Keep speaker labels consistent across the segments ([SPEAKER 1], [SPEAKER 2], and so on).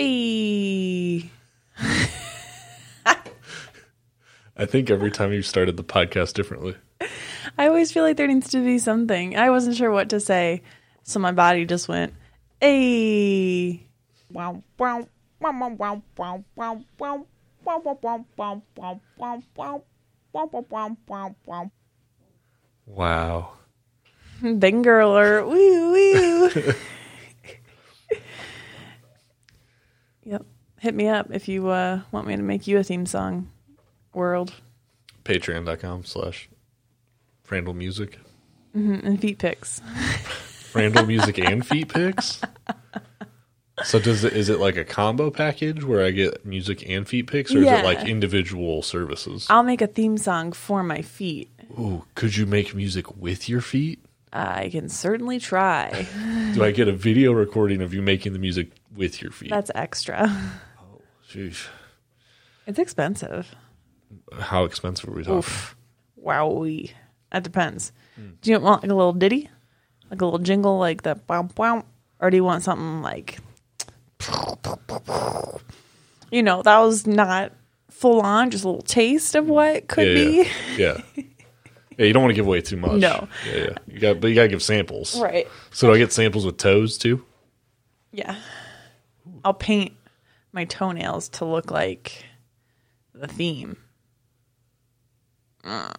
[SPEAKER 1] Hey.
[SPEAKER 2] I think every time you started the podcast differently.
[SPEAKER 1] I always feel like there needs to be something. I wasn't sure what to say, so my body just went, hey.
[SPEAKER 3] Wow, wow, wow, wow, wow, wow, wow, wow, wow, wow, wow, wow, wow, wow, wow, wow, wow, wow, wow, wow.
[SPEAKER 2] Wow.
[SPEAKER 1] Bing girl or woo woo. yep. Hit me up if you uh, want me to make you a theme song, world,
[SPEAKER 2] Patreon.com slash Frandel Music.
[SPEAKER 1] and feet pics.
[SPEAKER 2] Frandel Music and Feet Picks? So does it, is it like a combo package where I get music and feet picks, or is
[SPEAKER 1] Yeah.
[SPEAKER 2] it like individual services?
[SPEAKER 1] I'll make a theme song for my feet.
[SPEAKER 2] Ooh, could you make music with your feet?
[SPEAKER 1] I can certainly try.
[SPEAKER 2] Do I get a video recording of you making the music with your feet?
[SPEAKER 1] That's extra.
[SPEAKER 2] Sheesh.
[SPEAKER 1] It's expensive.
[SPEAKER 2] How expensive are we talking?
[SPEAKER 1] Oof. Wowie. That depends. Do you want like a little ditty? Like a little jingle like the wow wow? Or do you want something like you know, that was not full on, just a little taste of what could
[SPEAKER 2] yeah,
[SPEAKER 1] be.
[SPEAKER 2] yeah. yeah. Yeah, you don't want to give away too much.
[SPEAKER 1] No.
[SPEAKER 2] Yeah, yeah. You got but you gotta give samples.
[SPEAKER 1] Right.
[SPEAKER 2] So do I get samples with toes too?
[SPEAKER 1] Yeah. I'll paint my toenails to look like the theme. Uh,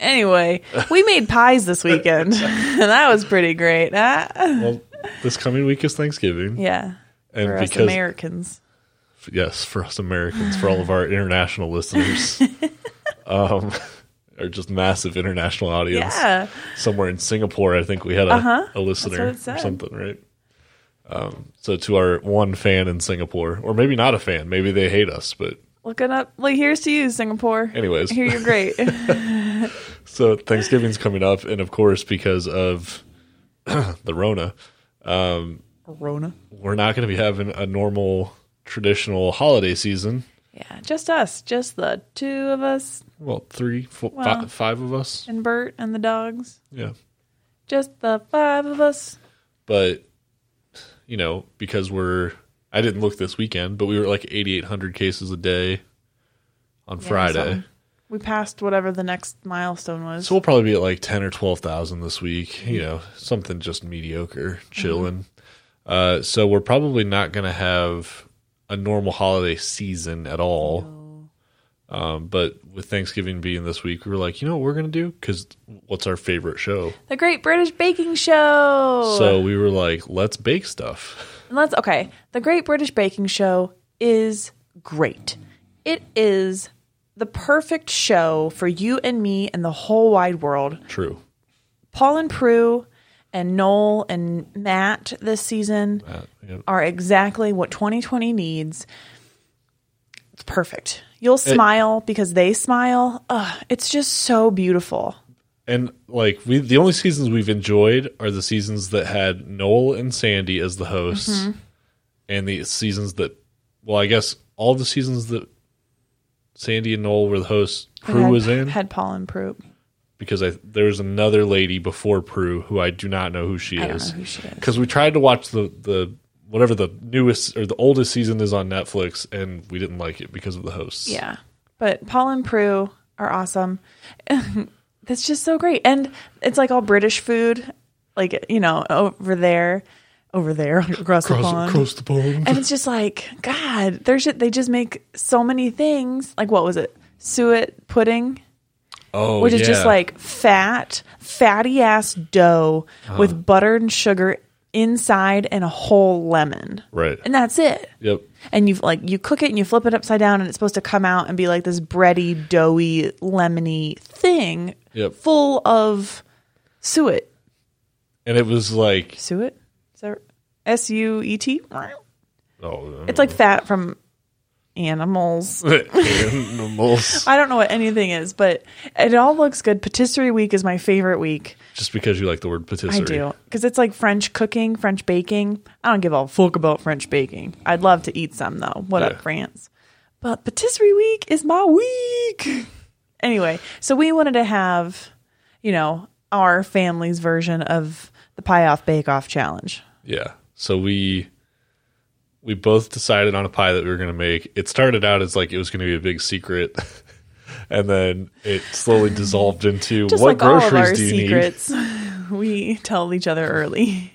[SPEAKER 1] Anyway, we made pies this weekend. that was pretty great. Ah.
[SPEAKER 2] Well, this coming week is Thanksgiving.
[SPEAKER 1] Yeah.
[SPEAKER 2] and
[SPEAKER 1] for us
[SPEAKER 2] because
[SPEAKER 1] Americans.
[SPEAKER 2] yes, for us Americans, for all of our international listeners. um or just massive international audience.
[SPEAKER 1] Yeah. Uh-huh.
[SPEAKER 2] Somewhere in Singapore, I think we had a, a listener
[SPEAKER 1] That's what it
[SPEAKER 2] or
[SPEAKER 1] said.
[SPEAKER 2] something, right? Um, so to our one fan in Singapore, or maybe not a fan, maybe they hate us, but
[SPEAKER 1] Looking up like here's to you, Singapore.
[SPEAKER 2] Anyways.
[SPEAKER 1] Here you're great.
[SPEAKER 2] So Thanksgiving's coming up, and of course, because of the Rona,
[SPEAKER 1] Rona.
[SPEAKER 2] we're not going to be having a normal, traditional holiday season.
[SPEAKER 1] Yeah. Just us. Just the two of us
[SPEAKER 2] Well, three, four, fi-
[SPEAKER 1] Well-
[SPEAKER 2] five of us,
[SPEAKER 1] and Bert and the dogs.
[SPEAKER 2] yeah.
[SPEAKER 1] Just the five of us.
[SPEAKER 2] But you know, because we're I didn't look this weekend, but we were at like 8,800 cases a day on Friday.
[SPEAKER 1] something. We passed whatever the next milestone was.
[SPEAKER 2] So we'll probably be at like 10 or 12,000 this week, you know, something just mediocre,
[SPEAKER 1] Mm-hmm.
[SPEAKER 2] chilling. Uh, so we're probably not going to have a normal holiday season at all. Um, but with Thanksgiving being this week, we were like, you know what we're going to do? Because what's our favorite show?
[SPEAKER 1] the Great British Baking Show.
[SPEAKER 2] So we were like, let's bake stuff.
[SPEAKER 1] And let's okay. The Great British Baking Show is great. It is the perfect show for you and me and the whole wide world.
[SPEAKER 2] True.
[SPEAKER 1] Paul and Prue and Noel and Matt this season
[SPEAKER 2] Uh, yeah.
[SPEAKER 1] are exactly what 2020 needs. It's perfect. You'll smile because they smile. Ugh, it's just so beautiful.
[SPEAKER 2] And like we, the only seasons we've enjoyed are the seasons that had Noel and Sandy as the hosts,
[SPEAKER 1] Mm-hmm.
[SPEAKER 2] and the seasons that, well, I guess all the seasons that Sandy and Noel were the hosts, Prue
[SPEAKER 1] had,
[SPEAKER 2] was in
[SPEAKER 1] Had Paul and Prue.
[SPEAKER 2] because I there was another lady before Prue who I do not know who she
[SPEAKER 1] I don't know
[SPEAKER 2] is
[SPEAKER 1] who she is.
[SPEAKER 2] because we tried to watch the the whatever the newest or the oldest season is on Netflix, and we didn't like it because of the hosts.
[SPEAKER 1] Yeah. But Paul and Prue are awesome. That's just so great. And it's like all British food, like, you know, over there, over there, across the
[SPEAKER 2] Across,
[SPEAKER 1] pond.
[SPEAKER 2] across the pond.
[SPEAKER 1] and it's just like God. There's they just make so many things. Like what was it? Suet pudding,
[SPEAKER 2] oh,
[SPEAKER 1] which is just
[SPEAKER 2] yeah.
[SPEAKER 1] like fat, fatty ass dough
[SPEAKER 2] Uh-huh.
[SPEAKER 1] with butter and sugar inside and a whole lemon,
[SPEAKER 2] right.
[SPEAKER 1] and that's it.
[SPEAKER 2] yep.
[SPEAKER 1] And you like you cook it and you flip it upside down, and it's supposed to come out and be like this bready, doughy, lemony thing,
[SPEAKER 2] Yep.
[SPEAKER 1] full of suet.
[SPEAKER 2] And it was like
[SPEAKER 1] Suet, is that S U E T?
[SPEAKER 2] oh,
[SPEAKER 1] It's like fat from animals.
[SPEAKER 2] animals.
[SPEAKER 1] I don't know what anything is, but it all looks good. Patisserie week is my favorite week.
[SPEAKER 2] Just because you like the word
[SPEAKER 1] I
[SPEAKER 2] patisserie.
[SPEAKER 1] do because it's like French cooking, French baking. I don't give a fuck about French baking. I'd love to eat some though. What
[SPEAKER 2] Yeah.
[SPEAKER 1] up, France? But patisserie week is my week. anyway, so we wanted to have, you know, our family's version of the pie off bake off challenge.
[SPEAKER 2] Yeah. So we we both decided on a pie that we were going to make. It started out as like it was going to be a big secret, and then it slowly dissolved into
[SPEAKER 1] Just
[SPEAKER 2] what
[SPEAKER 1] like all of our
[SPEAKER 2] groceries do you need.
[SPEAKER 1] secrets, we tell each other early.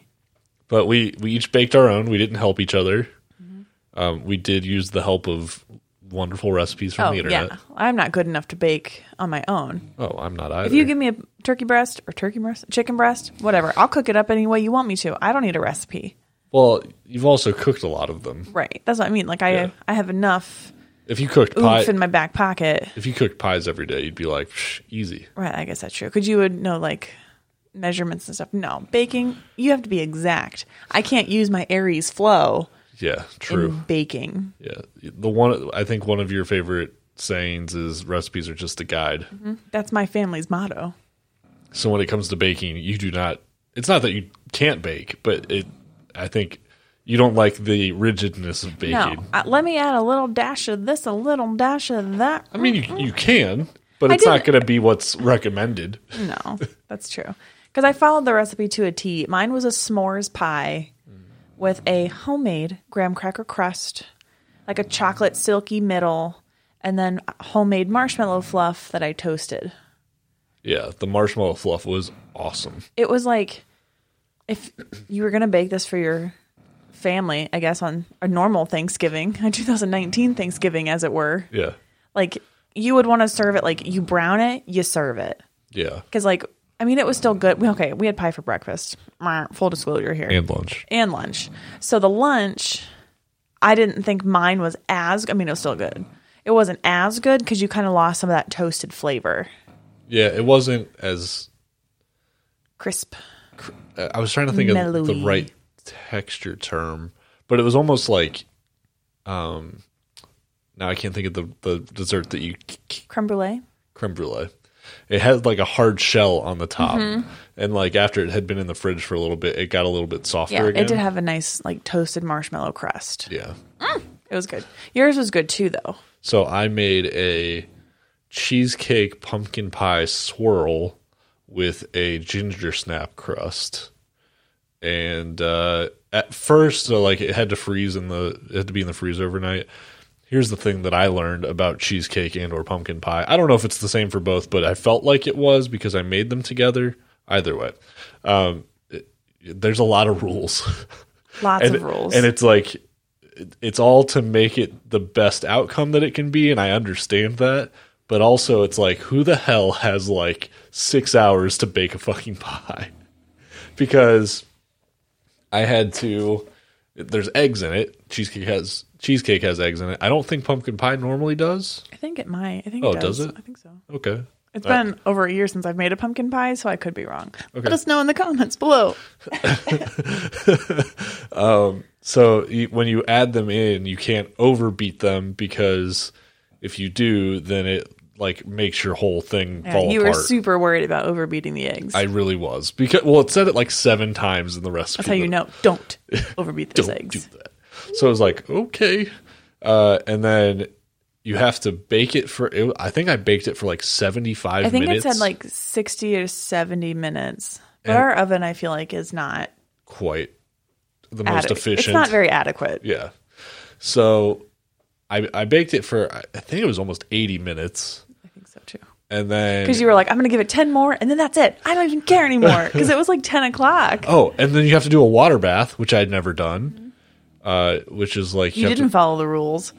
[SPEAKER 2] But we we each baked our own. We didn't help each other.
[SPEAKER 1] Mm-hmm.
[SPEAKER 2] Um, we did use the help of wonderful recipes from
[SPEAKER 1] Oh
[SPEAKER 2] the
[SPEAKER 1] yeah,
[SPEAKER 2] internet.
[SPEAKER 1] I'm not good enough to bake on my own.
[SPEAKER 2] Oh, I'm not either.
[SPEAKER 1] If you give me a turkey breast or turkey breast, chicken breast, whatever, I'll cook it up any way you want me to. I don't need a recipe.
[SPEAKER 2] well, you've also cooked a lot of them.
[SPEAKER 1] Right. That's what I mean. Like I,
[SPEAKER 2] Yeah.
[SPEAKER 1] I have enough
[SPEAKER 2] If you cooked
[SPEAKER 1] oomph
[SPEAKER 2] pie,
[SPEAKER 1] in my back pocket.
[SPEAKER 2] if you cooked pies every day, you'd be like, Psh, easy.
[SPEAKER 1] Right. I guess that's true. Because you would know like measurements and stuff. No, baking, you have to be exact. I can't use my Aries flow
[SPEAKER 2] Yeah, true.
[SPEAKER 1] in baking.
[SPEAKER 2] Yeah, the one I think one of your favorite sayings is recipes are just a guide.
[SPEAKER 1] That's my family's motto.
[SPEAKER 2] So when it comes to baking, you do not. It's not that you can't bake, but it. I think you don't like the rigidness of baking.
[SPEAKER 1] No, uh, let me add a little dash of this, a little dash of that.
[SPEAKER 2] I mean, you you can, but
[SPEAKER 1] Mm-hmm. I
[SPEAKER 2] it's not
[SPEAKER 1] didn't-
[SPEAKER 2] going to be what's recommended.
[SPEAKER 1] No, that's true. Because I followed the recipe to a T. Mine was a s'mores pie with a homemade graham cracker crust, like a chocolate silky middle, and then homemade marshmallow fluff that I toasted.
[SPEAKER 2] Yeah, the marshmallow fluff was awesome.
[SPEAKER 1] It was like if you were going to bake this for your family, I guess, on a normal Thanksgiving, a 2019 Thanksgiving, as it were,
[SPEAKER 2] Yeah,
[SPEAKER 1] like you would want to serve it like you brown it, you serve it.
[SPEAKER 2] yeah,
[SPEAKER 1] Because, like, I mean, it was still good. We- Okay, we had pie for breakfast. Mwah, Full disclosure here.
[SPEAKER 2] and lunch.
[SPEAKER 1] and lunch. So the lunch, I didn't think mine was as. I mean, it was still good. It wasn't as good because you kind of lost some of that toasted flavor,
[SPEAKER 2] Yeah, it wasn't as.
[SPEAKER 1] crisp.
[SPEAKER 2] I I was trying to think of the
[SPEAKER 1] Mellowy.
[SPEAKER 2] right texture term, but it was almost like, um, now I can't think of the the dessert that you
[SPEAKER 1] Creme brulee.
[SPEAKER 2] creme brulee. It had like a hard shell on the top,
[SPEAKER 1] Mm-hmm.
[SPEAKER 2] and like after it had been in the fridge for a little bit, it got a little bit softer.
[SPEAKER 1] Yeah,
[SPEAKER 2] again.
[SPEAKER 1] it did have a nice like toasted marshmallow crust.
[SPEAKER 2] Yeah.
[SPEAKER 1] It was good. Yours was good too, though.
[SPEAKER 2] So I made a cheesecake pumpkin pie swirl with a ginger snap crust. And uh, at first, so like it had to freeze in the it had to be in the freezer overnight. Here's the thing that I learned about cheesecake and or pumpkin pie. I don't know if it's the same for both, but I felt like it was because I made them together. Either way, um, it- there's a lot of rules.
[SPEAKER 1] Lots
[SPEAKER 2] and,
[SPEAKER 1] of rules.
[SPEAKER 2] and it's like it- it's all to make it the best outcome that it can be and i understand that but also it's like who the hell has like six hours to bake a fucking pie because i had to there's eggs in it cheesecake has cheesecake has eggs in it i don't think pumpkin pie normally does
[SPEAKER 1] I think it might. I think.
[SPEAKER 2] Oh,
[SPEAKER 1] it does.
[SPEAKER 2] does it?
[SPEAKER 1] I think so.
[SPEAKER 2] okay
[SPEAKER 1] It's
[SPEAKER 2] Uh,
[SPEAKER 1] been over a year since I've made a pumpkin pie, so I could be wrong.
[SPEAKER 2] Okay.
[SPEAKER 1] Let us know in the comments below.
[SPEAKER 2] So you, when you add them in, you can't overbeat them because if you do, then it like makes your whole thing
[SPEAKER 1] Yeah,
[SPEAKER 2] fall
[SPEAKER 1] you
[SPEAKER 2] apart.
[SPEAKER 1] were super worried about overbeating the eggs.
[SPEAKER 2] I really was because well, it said it like seven times in the recipe.
[SPEAKER 1] That's how you
[SPEAKER 2] that-
[SPEAKER 1] know. Don't overbeat those
[SPEAKER 2] Don't
[SPEAKER 1] eggs.
[SPEAKER 2] do that. So I was like, okay, uh, and then you have to bake it for. It, I think I baked it for like seventy five.
[SPEAKER 1] I think
[SPEAKER 2] minutes.
[SPEAKER 1] it said like 60 or 70 minutes. But
[SPEAKER 2] And-
[SPEAKER 1] our oven, I feel like, is not
[SPEAKER 2] quite the most
[SPEAKER 1] adequate.
[SPEAKER 2] efficient.
[SPEAKER 1] It's not very adequate.
[SPEAKER 2] Yeah. So I I baked it for I I think it was almost eighty minutes,
[SPEAKER 1] I think so too.
[SPEAKER 2] and then
[SPEAKER 1] Because you were like, I'm going to give it 10 more, and then that's it. I don't even care anymore. Because it was like 10 o'clock.
[SPEAKER 2] Oh, and then you have to do a water bath, which I'd never done. Uh, which is like
[SPEAKER 1] you
[SPEAKER 2] have
[SPEAKER 1] didn't
[SPEAKER 2] To,
[SPEAKER 1] follow the rules.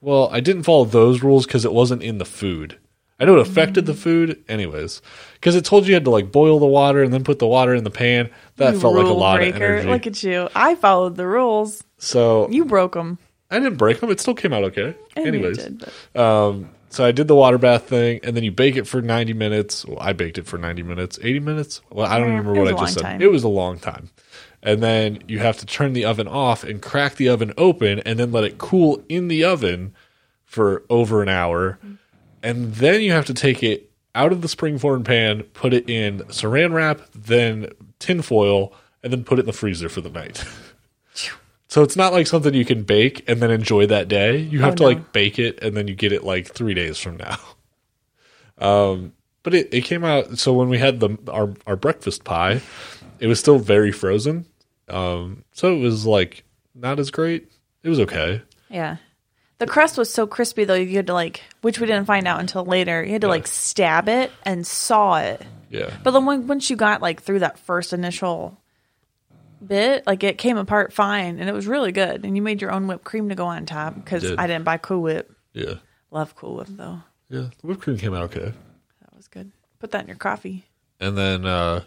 [SPEAKER 2] well, I didn't follow those rules because it wasn't in the food. I know it affected
[SPEAKER 1] Mm.
[SPEAKER 2] the food, anyways, because it told you you had to like boil the water and then put the water in the pan. That
[SPEAKER 1] You
[SPEAKER 2] felt like a
[SPEAKER 1] rule
[SPEAKER 2] lot of
[SPEAKER 1] breaker.
[SPEAKER 2] energy.
[SPEAKER 1] Look at you. I followed the rules.
[SPEAKER 2] so
[SPEAKER 1] You broke them.
[SPEAKER 2] I didn't break them; it still came out okay. anyways,
[SPEAKER 1] did, but-
[SPEAKER 2] so I did the water bath thing, and then you bake it for 90 minutes. Well, I baked it for 90 minutes, 80 minutes. Well, I don't remember
[SPEAKER 1] it was
[SPEAKER 2] what I
[SPEAKER 1] a
[SPEAKER 2] just said.
[SPEAKER 1] long time.
[SPEAKER 2] It was a long time. And then you have to turn the oven off and crack the oven open and then let it cool in the oven for over an hour. And then you have to take it out of the springform pan, put it in saran wrap, then tinfoil, and then put it in the freezer for the night. So it's not like something you can bake and then enjoy that day. You have to
[SPEAKER 1] Oh, no.
[SPEAKER 2] like bake it and then you get it like three days from now. Um, but it, it came out so when we had the our our breakfast pie, it was still very frozen. Um, so it was like not as great, It was okay.
[SPEAKER 1] Yeah. The crust was so crispy though you had to like which we didn't find out until later. You had to like stab it and saw it.
[SPEAKER 2] Yeah.
[SPEAKER 1] But then when, once you got like through that first initial bit, like it came apart fine and it was really good. And you made your own whipped cream to go on top because
[SPEAKER 2] Did.
[SPEAKER 1] I didn't buy Cool Whip.
[SPEAKER 2] yeah.
[SPEAKER 1] Love Cool Whip though.
[SPEAKER 2] Yeah. The whipped cream came out okay.
[SPEAKER 1] That was good. Put that in your coffee.
[SPEAKER 2] And then uh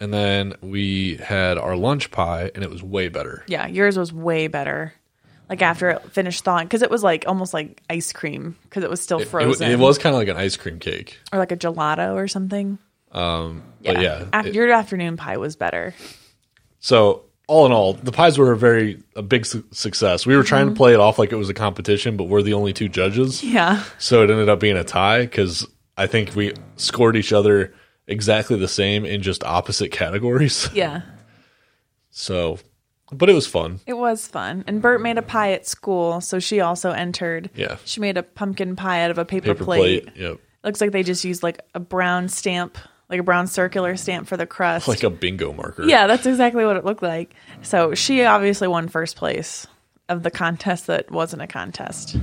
[SPEAKER 2] and then we had our lunch pie and it was way better.
[SPEAKER 1] Yeah, yours was way better. Like after it finished thawing, because it was like almost like ice cream because it was still
[SPEAKER 2] It-
[SPEAKER 1] frozen.
[SPEAKER 2] It, it was kind of like an ice cream cake.
[SPEAKER 1] or like a gelato or something.
[SPEAKER 2] But yeah.
[SPEAKER 1] Af-
[SPEAKER 2] it-
[SPEAKER 1] your afternoon pie was better.
[SPEAKER 2] so all in all, the pies were a very a big su- success. We were trying
[SPEAKER 1] Mm-hmm.
[SPEAKER 2] to play it off like it was a competition, but we're the only two judges.
[SPEAKER 1] Yeah,
[SPEAKER 2] So it ended up being a tie cuz I think we scored each other exactly the same in just opposite categories.
[SPEAKER 1] yeah,
[SPEAKER 2] So but it was fun.
[SPEAKER 1] it was fun. And Bert made a pie at school, so she also entered.
[SPEAKER 2] Yeah.
[SPEAKER 1] she made a pumpkin pie out of a paper,
[SPEAKER 2] Paper
[SPEAKER 1] plate.
[SPEAKER 2] plate yep.
[SPEAKER 1] Looks like they just used like a brown stamp, like a brown circular stamp for the crust.
[SPEAKER 2] Like a bingo marker.
[SPEAKER 1] yeah, that's exactly what it looked like. So she obviously won first place of the contest that wasn't a contest.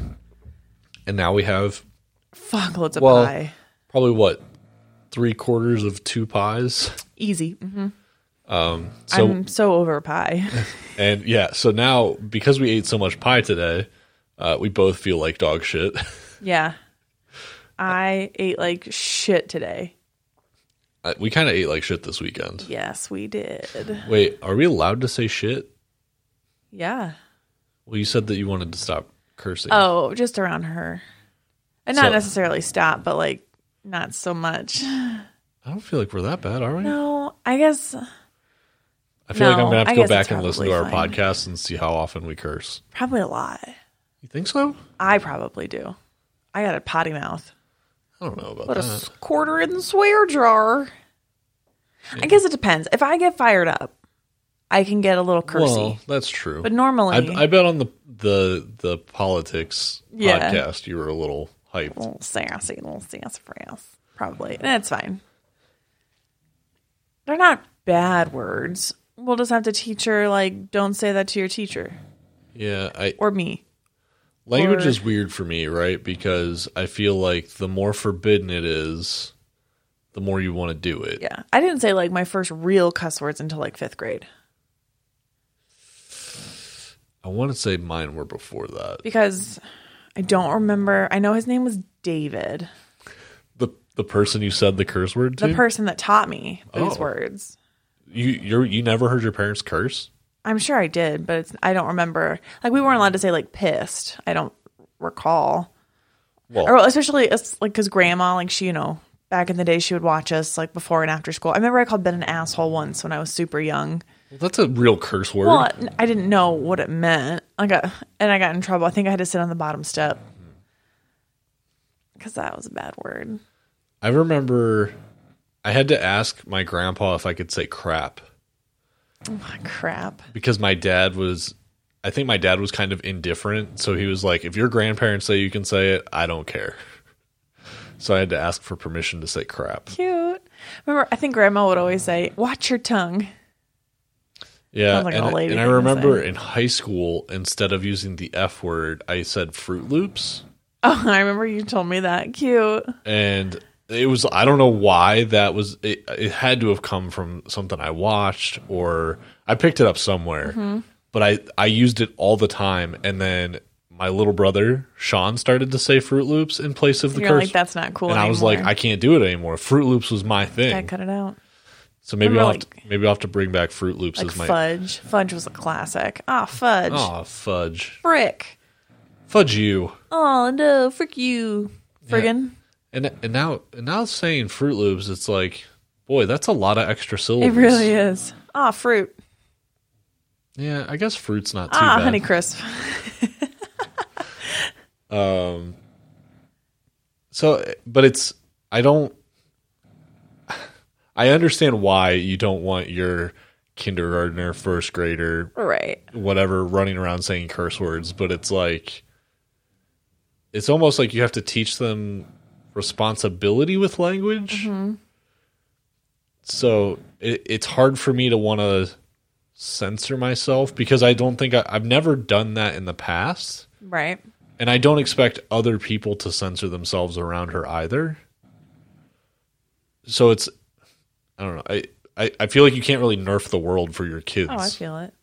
[SPEAKER 2] And now we have
[SPEAKER 1] Fuck loads of
[SPEAKER 2] Well-
[SPEAKER 1] pie.
[SPEAKER 2] probably what three quarters of two pies.
[SPEAKER 1] Easy. Mhm.
[SPEAKER 2] So
[SPEAKER 1] I'm so over pie.
[SPEAKER 2] and yeah, so now because we ate so much pie today, uh, we both feel like dog shit.
[SPEAKER 1] yeah. I ate like shit today.
[SPEAKER 2] Uh, we kind of ate like shit this weekend.
[SPEAKER 1] Yes, we did.
[SPEAKER 2] Wait, are we allowed to say shit?
[SPEAKER 1] Yeah.
[SPEAKER 2] Well, you said that you wanted to stop cursing.
[SPEAKER 1] Oh, just around her. And not
[SPEAKER 2] So-
[SPEAKER 1] necessarily stop, but like not so much.
[SPEAKER 2] I don't feel like we're that bad, are we?
[SPEAKER 1] No, I guess
[SPEAKER 2] I feel like I'm
[SPEAKER 1] no,
[SPEAKER 2] gonna have to
[SPEAKER 1] I
[SPEAKER 2] go
[SPEAKER 1] guess it's
[SPEAKER 2] back and listen to our
[SPEAKER 1] probably fine.
[SPEAKER 2] podcast and see how often we curse.
[SPEAKER 1] probably a lot.
[SPEAKER 2] You think so?
[SPEAKER 1] I probably do. I got a potty mouth.
[SPEAKER 2] I don't know about
[SPEAKER 1] Put a
[SPEAKER 2] that.
[SPEAKER 1] quarter in the swear jar. I guess it depends. If I get fired up, I can get a little cursy.
[SPEAKER 2] Well, that's true.
[SPEAKER 1] but normally,
[SPEAKER 2] I, I bet on the the the politics
[SPEAKER 1] Yeah. Oh.
[SPEAKER 2] podcast you were a little hyped.
[SPEAKER 1] little sassy, little sassafras, probably. That's fine. They're not bad words. We'll just have to teach her, like, don't say that to your teacher
[SPEAKER 2] Yeah, I
[SPEAKER 1] or me.
[SPEAKER 2] language
[SPEAKER 1] or-
[SPEAKER 2] is weird for me, right? Because I feel like the more forbidden it is, the more you want to do it.
[SPEAKER 1] Yeah. I didn't say, like, my first real cuss words until, like, fifth grade
[SPEAKER 2] I want to say mine were before that.
[SPEAKER 1] because I don't remember. I know his name was David,
[SPEAKER 2] The the person you said the curse word to,
[SPEAKER 1] the person that taught me these
[SPEAKER 2] Oh.
[SPEAKER 1] words.
[SPEAKER 2] you you you never heard your parents curse.
[SPEAKER 1] I'm sure I did, but it's, I don't remember. Like, we weren't allowed to say, like, pissed. I don't recall.
[SPEAKER 2] Well,
[SPEAKER 1] or especially it's like because grandma like she you know back in the day she would watch us like before and after school i remember i called ben an asshole once when i was super young
[SPEAKER 2] that's a real curse word.
[SPEAKER 1] well i didn't know what it meant like I, and i got in trouble i think i had to sit on the bottom step
[SPEAKER 2] Mm-hmm.
[SPEAKER 1] because that was a bad word
[SPEAKER 2] I remember I had to ask my grandpa if I could say crap.
[SPEAKER 1] oh, crap
[SPEAKER 2] because my dad was I think my dad was kind of indifferent, so he was like, if your grandparents say you can say it, I don't care. So I had to ask for permission to say crap.
[SPEAKER 1] cute remember i think grandma would always say watch your tongue
[SPEAKER 2] Yeah.
[SPEAKER 1] Sounds like an
[SPEAKER 2] and,
[SPEAKER 1] old lady
[SPEAKER 2] and I
[SPEAKER 1] thing to
[SPEAKER 2] remember
[SPEAKER 1] say.
[SPEAKER 2] in high school, instead of using the F word, I said Fruit Loops.
[SPEAKER 1] oh i remember you told me that cute
[SPEAKER 2] And it was I don't know why that was it, it had to have come from something I watched or I picked it up somewhere.
[SPEAKER 1] Mm-hmm.
[SPEAKER 2] But I I used it all the time and then my little brother Sean started to say Fruit Loops in place of the
[SPEAKER 1] you're
[SPEAKER 2] curse
[SPEAKER 1] like that's not cool
[SPEAKER 2] and I was like,
[SPEAKER 1] anymore."
[SPEAKER 2] I can't do it anymore. Fruit Loops was my
[SPEAKER 1] I
[SPEAKER 2] thing,
[SPEAKER 1] cut it out
[SPEAKER 2] so maybe I'll
[SPEAKER 1] remember,
[SPEAKER 2] have to, maybe I'll have to bring back Fruit Loops
[SPEAKER 1] like
[SPEAKER 2] as my
[SPEAKER 1] fudge fudge was a classic ah fudge
[SPEAKER 2] oh fudge
[SPEAKER 1] frick
[SPEAKER 2] fudge you.
[SPEAKER 1] Oh no, frick you. Friggin'.
[SPEAKER 2] And and now and now saying Fruit Loops, it's like, boy, that's a lot of extra
[SPEAKER 1] It
[SPEAKER 2] syllables.
[SPEAKER 1] really is. Ah, fruit.
[SPEAKER 2] Yeah, I guess fruit's not too
[SPEAKER 1] Ah,
[SPEAKER 2] bad.
[SPEAKER 1] honey crisp.
[SPEAKER 2] So, but it's I don't. I understand why you don't want your kindergartner, first grader,
[SPEAKER 1] Right.
[SPEAKER 2] whatever running around saying curse words, but it's like it's almost like you have to teach them responsibility with language. So it, it's hard for me to want to censor myself because I don't think I, I've never done that in the past.
[SPEAKER 1] Right.
[SPEAKER 2] And I don't expect other people to censor themselves around her either. So it's, I don't know. I, I, I feel like you can't really nerf the world for your kids.
[SPEAKER 1] Oh, I feel it.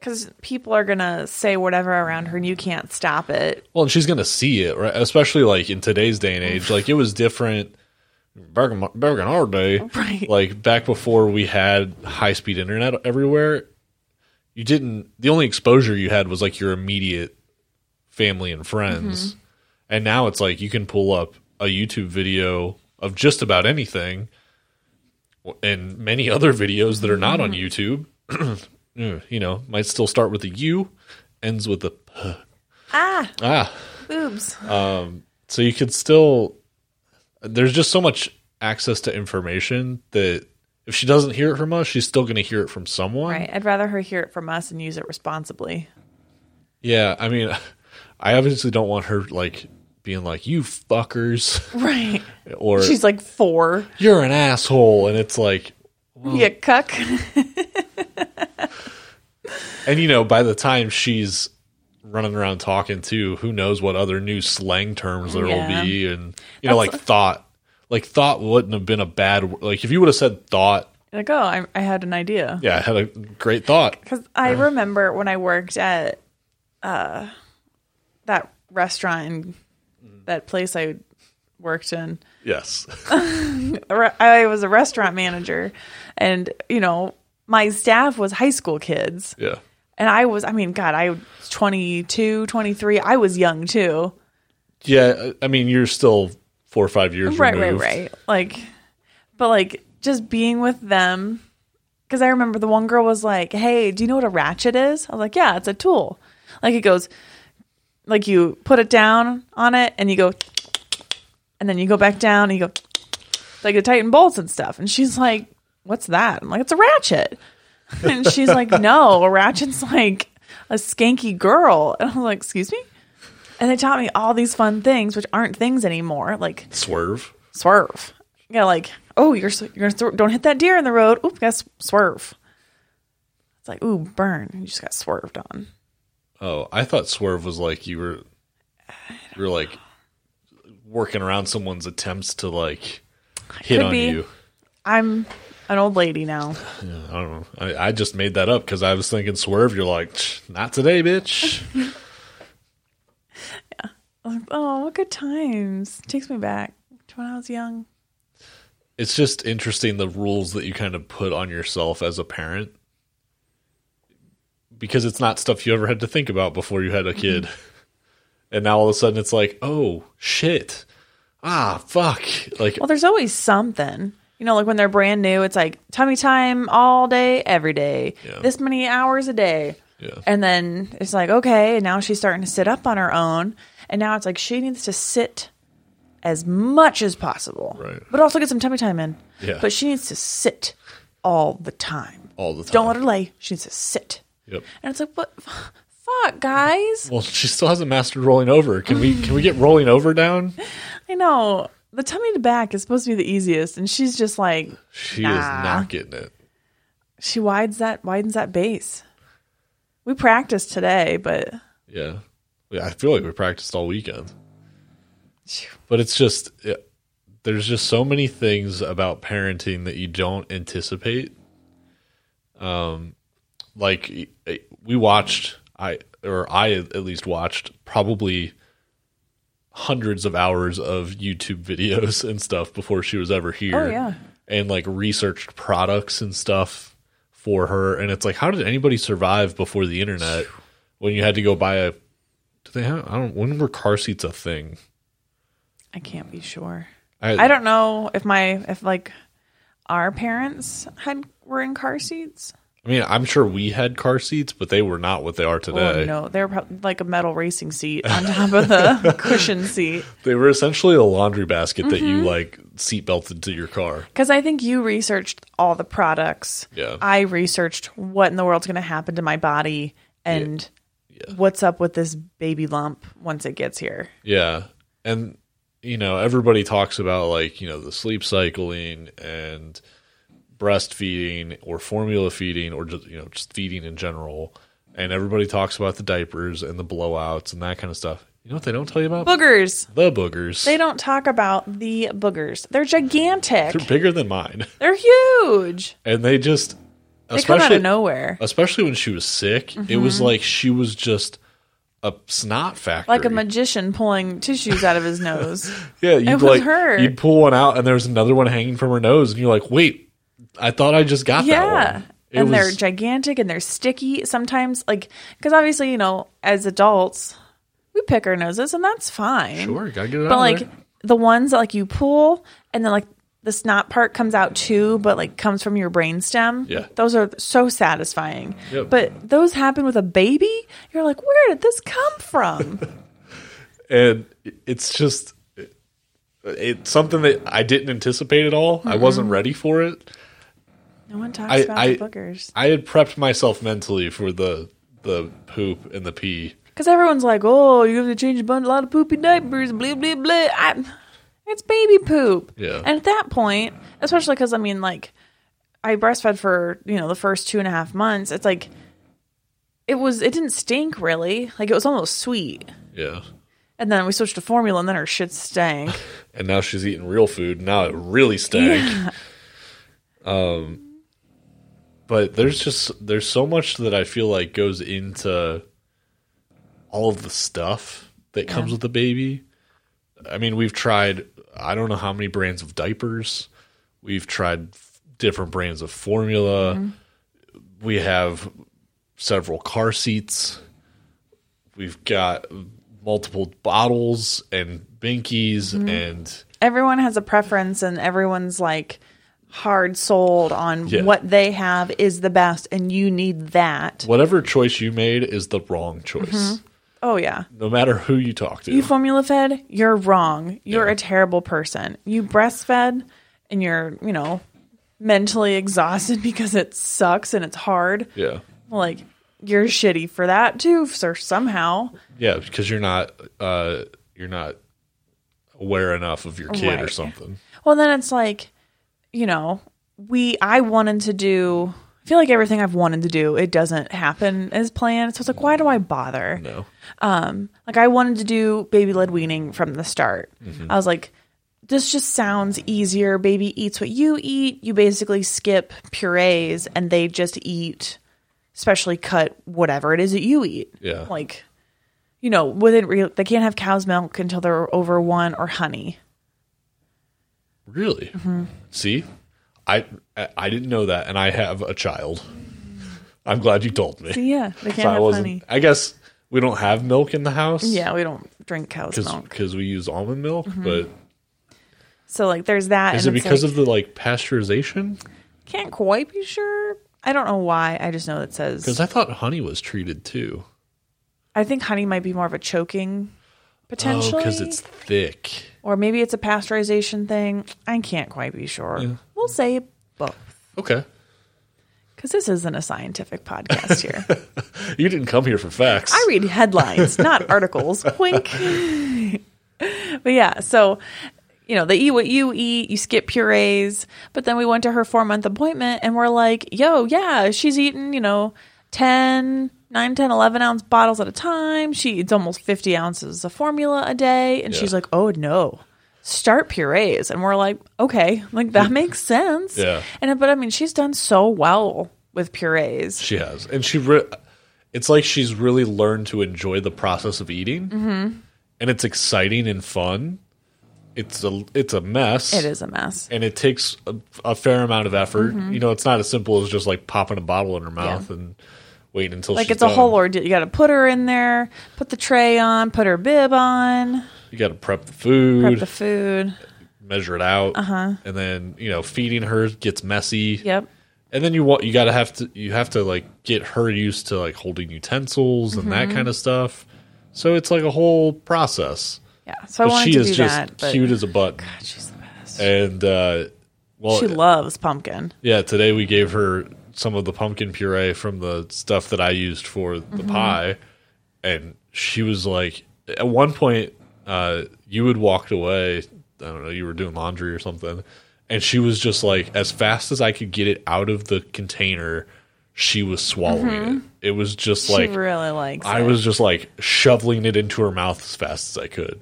[SPEAKER 1] Because people are gonna say whatever around her, and you can't stop it.
[SPEAKER 2] Well, and she's gonna see it, right? Especially like in today's day and age, like it was different back in, my- back in our day,
[SPEAKER 1] Right.
[SPEAKER 2] like back before we had high speed internet everywhere. You didn't. The only exposure you had was like your immediate family and friends, and now it's like you can pull up a YouTube video of just about anything, and many other videos that are not on YouTube. you know, might still start with a U, ends with a P.
[SPEAKER 1] Ah,
[SPEAKER 2] ah.
[SPEAKER 1] boobs.
[SPEAKER 2] So you could still. There's just so much access to information that if she doesn't hear it from us, she's still going to hear it from someone.
[SPEAKER 1] Right. I'd rather her hear it from us and use it responsibly.
[SPEAKER 2] Yeah, I mean, I obviously don't want her like being like you fuckers
[SPEAKER 1] Right.
[SPEAKER 2] or
[SPEAKER 1] She's like four.
[SPEAKER 2] you're an asshole, and it's like,
[SPEAKER 1] Yeah, cuck.
[SPEAKER 2] and you know, by the time she's running around talking to who knows what other new slang terms there
[SPEAKER 1] Yeah.
[SPEAKER 2] will be, and you know, like thought, like thought wouldn't have been a bad wo- like if you would have said thought.
[SPEAKER 1] Like, oh, I, I had an idea.
[SPEAKER 2] Yeah, I had a great thought.
[SPEAKER 1] Because I remember when I worked at uh, that restaurant, in that place I worked in,
[SPEAKER 2] Yes.
[SPEAKER 1] a re- I was a restaurant manager, and you know my staff was high school kids,
[SPEAKER 2] Yeah.
[SPEAKER 1] and I was, I mean, God, I was 22, 23. I was young too.
[SPEAKER 2] Yeah, I I mean, you're still four or five years
[SPEAKER 1] right
[SPEAKER 2] removed.
[SPEAKER 1] right right like but like just being with them because i remember the one girl was like hey do you know what a ratchet is i was like yeah it's a tool like it goes like you put it down on it and you go and then you go back down and you go like the tighten bolts and stuff and she's like what's that i'm like it's a ratchet and she's like no a ratchet's like a skanky girl and i'm like excuse me and they taught me all these fun things which aren't things anymore like
[SPEAKER 2] Swerve.
[SPEAKER 1] swerve. You know, like, oh, you're s- you're gonna throw, don't hit that deer in the road. Oop, got swerve. It's like, ooh, burn. You just got swerved on.
[SPEAKER 2] Oh, I thought swerve was like you were, you were like working around someone's attempts to like hit
[SPEAKER 1] Could
[SPEAKER 2] on
[SPEAKER 1] be.
[SPEAKER 2] you.
[SPEAKER 1] I'm an old lady now.
[SPEAKER 2] I don't know. I, I just made that up because I was thinking swerve. You're like, "Tch, not today, bitch.
[SPEAKER 1] Like, oh, what good times. Takes me back to when I was young.
[SPEAKER 2] it's just interesting the rules that you kind of put on yourself as a parent because it's not stuff you ever had to think about before you had a kid.
[SPEAKER 1] Mm-hmm.
[SPEAKER 2] And now all of a sudden it's like, oh shit. Ah, fuck. Like,
[SPEAKER 1] Well, there's always something. You know, like when they're brand new, it's like tummy time all day, every day,
[SPEAKER 2] Yeah.
[SPEAKER 1] this many hours a day.
[SPEAKER 2] yeah.
[SPEAKER 1] And then it's like, okay, now she's starting to sit up on her own. And now it's like she needs to sit as much as possible.
[SPEAKER 2] Right.
[SPEAKER 1] But also get some tummy time in.
[SPEAKER 2] Yeah.
[SPEAKER 1] But she needs to sit all the time.
[SPEAKER 2] All the time.
[SPEAKER 1] Don't let her lay. She needs to sit.
[SPEAKER 2] Yep.
[SPEAKER 1] And it's like, what? Fuck, guys.
[SPEAKER 2] Well, she still hasn't mastered rolling over. Can we can we get rolling over down?
[SPEAKER 1] I know. The tummy to back is supposed to be the easiest. And she's just like,
[SPEAKER 2] She
[SPEAKER 1] Nah.
[SPEAKER 2] is not getting it.
[SPEAKER 1] she widens that, widens that base. We practiced today, but
[SPEAKER 2] Yeah. yeah. I feel like we practiced all weekend. But it's just, it, there's just so many things about parenting that you don't anticipate. Um, like e- e- we watched, I or I at least watched probably hundreds of hours of YouTube videos and stuff before she was ever here.
[SPEAKER 1] Oh, yeah.
[SPEAKER 2] And like researched products and stuff for her. And it's like, how did anybody survive before the internet when you had to go buy a? Do they have? I don't. When were car seats a thing?
[SPEAKER 1] I can't be sure. I don't know if my if like our parents had were in car seats.
[SPEAKER 2] I mean, I'm sure we had car seats, but they were not what they are today.
[SPEAKER 1] Oh no, they were probably like a metal racing seat on top of the cushion seat.
[SPEAKER 2] They were essentially a laundry basket that
[SPEAKER 1] Mm-hmm.
[SPEAKER 2] you like seat belted to your car.
[SPEAKER 1] Because I think you researched all the products.
[SPEAKER 2] Yeah.
[SPEAKER 1] I researched what in the world's going to happen to my body and what's up with this baby lump once it gets here.
[SPEAKER 2] Yeah. And you know, everybody talks about like, you know, the sleep cycling and breastfeeding or formula feeding or just you know just feeding in general and everybody talks about the diapers and the blowouts and that kind of stuff you know what they don't tell you about
[SPEAKER 1] Boogers.
[SPEAKER 2] the boogers
[SPEAKER 1] They don't talk about the boogers. They're gigantic.
[SPEAKER 2] they're bigger than mine
[SPEAKER 1] They're huge.
[SPEAKER 2] and they just
[SPEAKER 1] They come out of nowhere.
[SPEAKER 2] especially when she was sick it was like she was just a snot factory
[SPEAKER 1] Mm-hmm. Like a magician pulling tissues out of his nose.
[SPEAKER 2] Yeah, you'd
[SPEAKER 1] was
[SPEAKER 2] like
[SPEAKER 1] her.
[SPEAKER 2] you'd pull one out and there was another one hanging from her nose, and you're like, "Wait, I thought I just got that
[SPEAKER 1] yeah.
[SPEAKER 2] one." It
[SPEAKER 1] And they're
[SPEAKER 2] was-
[SPEAKER 1] gigantic and they're sticky. Sometimes, like, because obviously, you know, as adults, we pick our noses and that's fine.
[SPEAKER 2] sure, gotta get it
[SPEAKER 1] But
[SPEAKER 2] out.
[SPEAKER 1] like
[SPEAKER 2] Like, there.
[SPEAKER 1] the ones that like you pull and then like the snot part comes out too, but like comes from your brainstem.
[SPEAKER 2] Yeah.
[SPEAKER 1] Those are so satisfying.
[SPEAKER 2] Yep.
[SPEAKER 1] But those happen with a baby. You're like, where did this come from?
[SPEAKER 2] and it's just it's something that I didn't anticipate at all.
[SPEAKER 1] Mm-hmm.
[SPEAKER 2] I wasn't ready for it.
[SPEAKER 1] no one talks
[SPEAKER 2] I-
[SPEAKER 1] about
[SPEAKER 2] I-
[SPEAKER 1] the boogers.
[SPEAKER 2] I had prepped myself mentally for the the poop and the pee.
[SPEAKER 1] Because everyone's like, oh, you have to change a bunch, a lot of poopy diapers, blah, blah, blah. I, it's baby poop.
[SPEAKER 2] Yeah.
[SPEAKER 1] And at that point, especially because, I mean, like, I breastfed for, you know, the first two and a half months. It's like, it was, it didn't stink really. Like, it was almost sweet.
[SPEAKER 2] Yeah,
[SPEAKER 1] And then we switched to formula, and then her shit stank.
[SPEAKER 2] and now she's eating real food. Now it really stank. Um, but there's just there's so much that I feel like goes into all of the stuff that comes with a baby. I mean, we've tried I don't know how many brands of diapers. We've tried f- different brands of formula. We have several car seats. We've got multiple bottles and binkies and
[SPEAKER 1] Everyone has a preference, and everyone's like hard sold on
[SPEAKER 2] Yeah.
[SPEAKER 1] what they have is the best, and you need that.
[SPEAKER 2] whatever choice you made is the wrong choice.
[SPEAKER 1] Oh, yeah.
[SPEAKER 2] No matter who you talk to.
[SPEAKER 1] You formula fed, you're wrong. You're
[SPEAKER 2] Yeah.
[SPEAKER 1] a terrible person. You breastfed and you're, you know, mentally exhausted because it sucks and it's hard.
[SPEAKER 2] yeah.
[SPEAKER 1] Like, you're shitty for that too, sir, somehow.
[SPEAKER 2] Yeah, because you're not uh you're not aware enough of your kid or
[SPEAKER 1] Right.
[SPEAKER 2] something.
[SPEAKER 1] Well, then it's like, you know, we, I wanted to do, I feel like everything I've wanted to do, it doesn't happen as planned. So it's like, why do I bother?
[SPEAKER 2] No.
[SPEAKER 1] Like I wanted to do baby led weaning from the start.
[SPEAKER 2] Mm-hmm.
[SPEAKER 1] I was like, this just sounds easier. Baby eats what you eat. You basically skip purees and they just eat specially cut whatever it is that you eat.
[SPEAKER 2] Yeah.
[SPEAKER 1] Like, you know, within real, they can't have cow's milk until they're over one or honey.
[SPEAKER 2] Really?
[SPEAKER 1] Mm-hmm.
[SPEAKER 2] See? I I I didn't know that and I have a child. I'm glad you told me.
[SPEAKER 1] Yeah, they can't
[SPEAKER 2] So I
[SPEAKER 1] have
[SPEAKER 2] wasn't
[SPEAKER 1] honey.
[SPEAKER 2] I guess we don't have milk in the house.
[SPEAKER 1] Yeah, we don't drink cow's milk.
[SPEAKER 2] Because we use almond milk, but
[SPEAKER 1] So like, there's that.
[SPEAKER 2] is it because of the like pasteurization?
[SPEAKER 1] of can't quite be sure. I don't know why. I just know it
[SPEAKER 2] Because
[SPEAKER 1] says.
[SPEAKER 2] I thought honey was treated too.
[SPEAKER 1] I think honey might be more of a choking.
[SPEAKER 2] Oh,
[SPEAKER 1] Potentially,
[SPEAKER 2] because it's thick.
[SPEAKER 1] or maybe it's a pasteurization thing. I can't quite be sure. We'll say both
[SPEAKER 2] Okay.
[SPEAKER 1] because this isn't a scientific podcast here.
[SPEAKER 2] You didn't come here for facts.
[SPEAKER 1] I read headlines, not articles. Wink. but yeah, so you know they eat what you eat. You skip purees. But then we went to her four month appointment, and we're like, "Yo, yeah, she's eating you know 10, 9, 10, 11 ounce bottles at a time. She eats almost fifty ounces of formula a day." And
[SPEAKER 2] Yeah.
[SPEAKER 1] she's like, "Oh no." Start purees, and we're like, okay, like that makes sense.
[SPEAKER 2] Yeah.
[SPEAKER 1] and but I mean, she's done so well with purees.
[SPEAKER 2] she has, and she. Re- it's like she's really learned to enjoy the process of eating, mm-hmm. and it's exciting and fun. It's a it's a mess.
[SPEAKER 1] It is Mm-hmm. a mess.
[SPEAKER 2] and it takes a, a fair amount of effort. You know, it's not as simple as just like popping a bottle in her mouth and waiting until
[SPEAKER 1] Like
[SPEAKER 2] she's
[SPEAKER 1] it's a
[SPEAKER 2] done.
[SPEAKER 1] whole ordeal. You got to put her in there, put the tray on, put her bib on,
[SPEAKER 2] You got to prep the food,
[SPEAKER 1] prep the food.
[SPEAKER 2] measure it out, uh-huh. and then you know feeding her gets messy.
[SPEAKER 1] Yep.
[SPEAKER 2] and then you want you gotta have to you have to like get her used to like holding utensils and that
[SPEAKER 1] Mm-hmm.
[SPEAKER 2] kind of stuff so it's like a whole process
[SPEAKER 1] Yeah. So I
[SPEAKER 2] but
[SPEAKER 1] wanted
[SPEAKER 2] she
[SPEAKER 1] to
[SPEAKER 2] is
[SPEAKER 1] do
[SPEAKER 2] just
[SPEAKER 1] that, but
[SPEAKER 2] cute as a button
[SPEAKER 1] she's the best.
[SPEAKER 2] and uh well
[SPEAKER 1] She loves pumpkin.
[SPEAKER 2] yeah today we gave her some of the pumpkin puree from the stuff that i used for the
[SPEAKER 1] Mm-hmm.
[SPEAKER 2] pie and she was like at one point uh you had walked away i don't know you were doing laundry or something and she was just like as fast as I could get it out of the container, she was swallowing it. It was just like
[SPEAKER 1] Mm-hmm. she really likes
[SPEAKER 2] I
[SPEAKER 1] it.
[SPEAKER 2] was just like shoveling it into her mouth as fast as I could.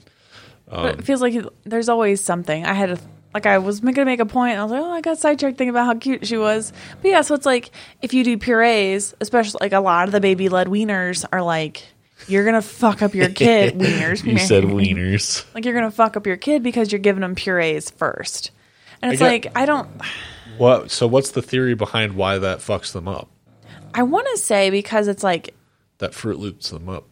[SPEAKER 1] But it feels like there's always something. I had a like I was gonna make a point. And I was like, oh, I got sidetracked thinking about how cute she was. But yeah, so it's like if you do purees, especially like a lot of the baby led wieners are like you're gonna fuck up your kid wieners.
[SPEAKER 2] You said wieners.
[SPEAKER 1] like you're gonna fuck up your kid because you're giving them purees first. And it's
[SPEAKER 2] get-
[SPEAKER 1] like I don't.
[SPEAKER 2] What? So what's the theory behind why that fucks them up?
[SPEAKER 1] I want to say because it's like
[SPEAKER 2] That Fruit Loops them up.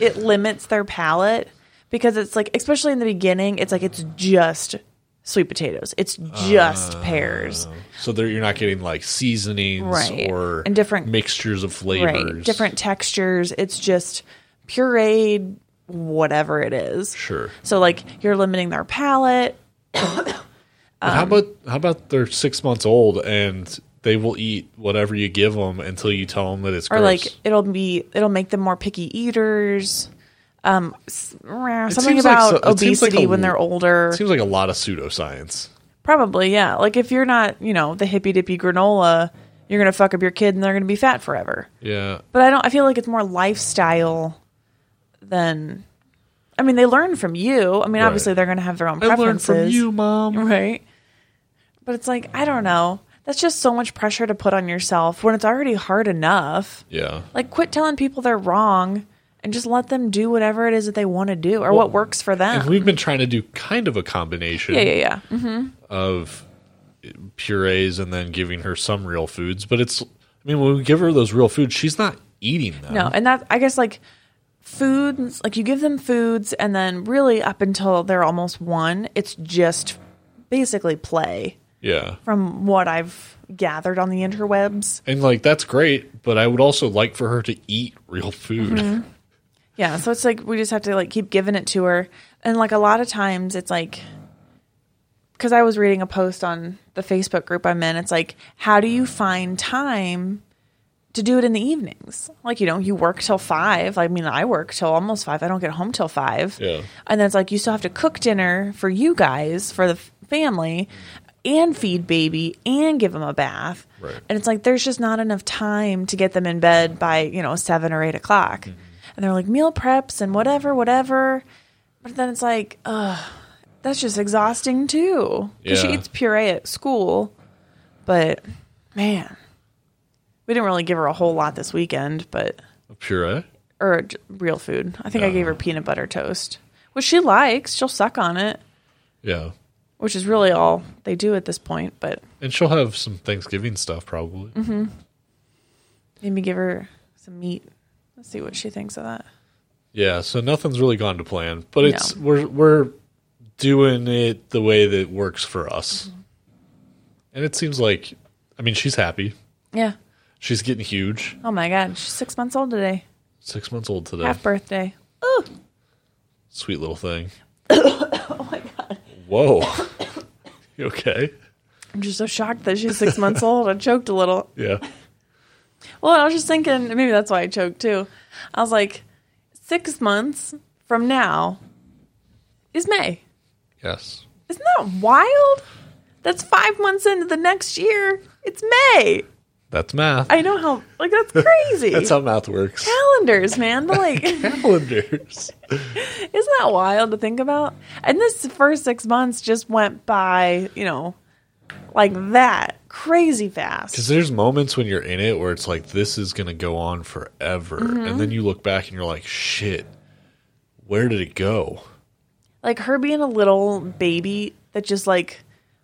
[SPEAKER 1] it limits their palate because it's like especially in the beginning, it's like it's just sweet potatoes. It's just
[SPEAKER 2] Ah,
[SPEAKER 1] pears.
[SPEAKER 2] So there, you're not getting like seasonings
[SPEAKER 1] Right.
[SPEAKER 2] or
[SPEAKER 1] And different-
[SPEAKER 2] mixtures of flavors.
[SPEAKER 1] Right. Different textures. It's just pureed whatever it is.
[SPEAKER 2] Sure.
[SPEAKER 1] So like you're limiting their palate.
[SPEAKER 2] But
[SPEAKER 1] um,
[SPEAKER 2] how about how about they're six months old and they will eat whatever you give them until you tell them that it's
[SPEAKER 1] Or
[SPEAKER 2] gross.
[SPEAKER 1] like it'll be it'll make them more picky eaters. Um s- something
[SPEAKER 2] seems like
[SPEAKER 1] about
[SPEAKER 2] so- it seems like
[SPEAKER 1] obesity
[SPEAKER 2] a-
[SPEAKER 1] when they're older.
[SPEAKER 2] Seems like a lot of pseudoscience.
[SPEAKER 1] Probably, yeah. Like if you're not, you know, the hippy dippy granola, you're gonna fuck up your kid and they're gonna be fat forever.
[SPEAKER 2] Yeah.
[SPEAKER 1] But I don't I feel like it's more lifestyle than I mean, they learn from you. I mean, obviously they're gonna have their own
[SPEAKER 2] I
[SPEAKER 1] preferences.
[SPEAKER 2] learned from you, mom.
[SPEAKER 1] Right. But it's like, I don't know. That's just so much pressure to put on yourself when it's already hard enough.
[SPEAKER 2] Yeah.
[SPEAKER 1] Like, quit telling people they're wrong and just let them do whatever it is that they want to do or what works for them.
[SPEAKER 2] And we've been trying to do kind of a combination
[SPEAKER 1] yeah, yeah, yeah. Mhm.
[SPEAKER 2] of purees and then giving her some real foods. But it's, I mean, when we give her those real foods, she's not eating them.
[SPEAKER 1] No, and that, I guess, like, foods, like, you give them foods, and then really up until they're almost one, it's just basically play
[SPEAKER 2] Yeah.
[SPEAKER 1] from what I've gathered on the interwebs.
[SPEAKER 2] And like, that's great, but I would also like for her to eat real food.
[SPEAKER 1] Yeah, so it's like we just have to like keep giving it to her, and like a lot of times it's like because I was reading a post on the Facebook group I'm in. It's like how do you find time to do it in the evenings? Like you know you work till five. I mean I work till almost five. I don't get home till five.
[SPEAKER 2] Yeah.
[SPEAKER 1] and then it's like you still have to cook dinner for you guys for the f- family, and feed baby and give them a bath.
[SPEAKER 2] Right.
[SPEAKER 1] And it's like there's just not enough time to get them in bed by, you know, seven or eight o'clock.
[SPEAKER 2] Mm-hmm.
[SPEAKER 1] And they're like meal preps and whatever, whatever. But then it's like, ugh, that's just exhausting too. Because
[SPEAKER 2] Yeah.
[SPEAKER 1] she eats puree at school. But man, we didn't really give her a whole lot this weekend, but,
[SPEAKER 2] A puree?
[SPEAKER 1] or j- real food. I think I gave her peanut butter toast, which she likes. She'll suck on it,
[SPEAKER 2] Yeah.
[SPEAKER 1] which is really all they do at this point. But
[SPEAKER 2] And she'll have some Thanksgiving stuff probably.
[SPEAKER 1] maybe give her some meat. Let's see what she thinks of that.
[SPEAKER 2] Yeah, so nothing's really gone to plan, but it's we're we're doing it the way that works for us. And it seems like I mean, she's happy.
[SPEAKER 1] Yeah.
[SPEAKER 2] She's getting huge.
[SPEAKER 1] Oh my god, she's six months old today.
[SPEAKER 2] 6 months old today.
[SPEAKER 1] Half birthday.
[SPEAKER 2] Sweet little thing. oh my god. Whoa. you okay?
[SPEAKER 1] I'm just so shocked that she's six months old. I choked a little.
[SPEAKER 2] Yeah.
[SPEAKER 1] Well, I was just thinking maybe that's why I choked too. I was like, six months from now is May.
[SPEAKER 2] Yes.
[SPEAKER 1] Isn't that wild? That's five months into the next year. It's May.
[SPEAKER 2] That's math.
[SPEAKER 1] I know how like that's crazy.
[SPEAKER 2] That's how math works.
[SPEAKER 1] calendars, man. But like
[SPEAKER 2] Calendars.
[SPEAKER 1] Isn't that wild to think about? And this first six months just went by, you know, like that crazy
[SPEAKER 2] Because
[SPEAKER 1] fast.
[SPEAKER 2] there's moments when you're in it where it's like, this is going to go on forever.
[SPEAKER 1] Mm-hmm.
[SPEAKER 2] And then you look back and you're like, shit, where did it go?
[SPEAKER 1] Like her being a little baby that just like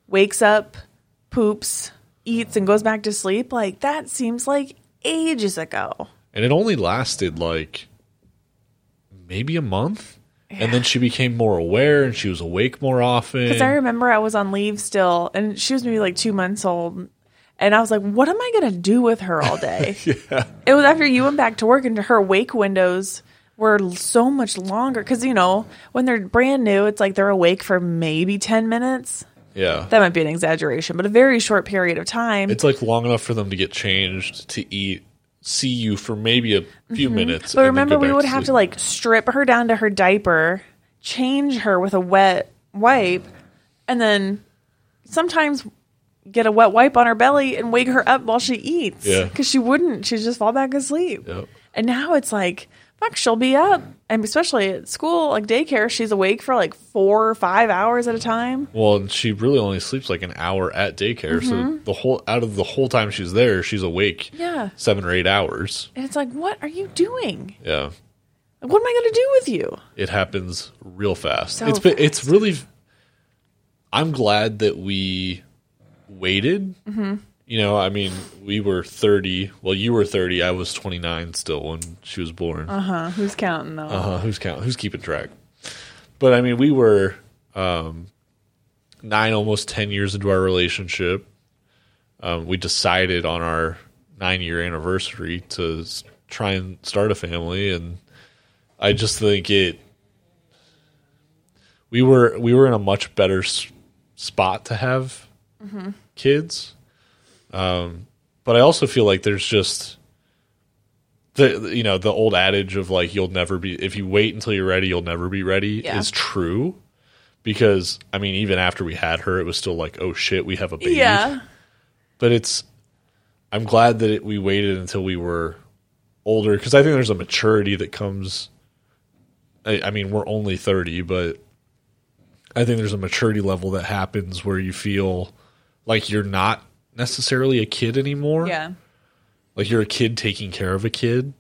[SPEAKER 1] wakes up, poops, eats, and goes back to sleep. Like that seems like ages ago.
[SPEAKER 2] And it only lasted like maybe a month. And then she became more aware and she was awake more often.
[SPEAKER 1] Because I remember I was on leave still, and she was maybe like two months old. And I was like, what am I going to do with her all day? It was after you went back to work, and her wake windows were l- so much longer. Because, you know, when they're brand new, it's like they're awake for maybe 10 minutes.
[SPEAKER 2] yeah.
[SPEAKER 1] That might be an exaggeration, but a very short period of time.
[SPEAKER 2] it's like long enough for them to get changed, to eat, see you for maybe a few minutes.
[SPEAKER 1] Mm-hmm. But
[SPEAKER 2] and then
[SPEAKER 1] remember,
[SPEAKER 2] go
[SPEAKER 1] we
[SPEAKER 2] back
[SPEAKER 1] would have to
[SPEAKER 2] sleep.
[SPEAKER 1] like strip her down to her diaper, change her with a wet wipe, and then sometimes get a wet wipe on her belly and wake her up while she eats.
[SPEAKER 2] Yeah.
[SPEAKER 1] Because she wouldn't. She'd just fall back asleep.
[SPEAKER 2] Yep.
[SPEAKER 1] And now it's like, fuck, she'll be up. And especially at school, like daycare, she's awake for like four or five hours at a time.
[SPEAKER 2] Well, and she really only sleeps like an hour at daycare, so the whole out of the whole time she's there, she's awake
[SPEAKER 1] Yeah.
[SPEAKER 2] seven or eight hours.
[SPEAKER 1] And it's like, what are you doing?
[SPEAKER 2] Yeah,
[SPEAKER 1] Like, what am I going to do with you?
[SPEAKER 2] it happens real fast.
[SPEAKER 1] So
[SPEAKER 2] It's been it's really. I'm glad that we waited. Mm-hmm. You know, I mean, we were 30. Well, you were 30. I was 29 still when she was born.
[SPEAKER 1] Uh huh. Who's counting though?
[SPEAKER 2] Uh, who's count? Who's keeping track? But I mean, we were um, nine, almost ten years into our relationship. Um, we decided on our nine-year anniversary to s- try and start a family, and I just think it. We were we were in a much better s- spot to have
[SPEAKER 1] Mm-hmm.
[SPEAKER 2] kids, um, but I also feel like there's just the you know the old adage of like you'll never be if you wait until you're ready you'll never be ready
[SPEAKER 1] Yeah.
[SPEAKER 2] is true because i mean even after we had her it was still like oh shit we have a baby
[SPEAKER 1] yeah.
[SPEAKER 2] but it's i'm glad that it, we waited until we were older because i think there's a maturity that comes I, I mean we're only 30 but i think there's a maturity level that happens where you feel like you're not necessarily a kid anymore
[SPEAKER 1] Yeah.
[SPEAKER 2] like you're a kid taking care of a kid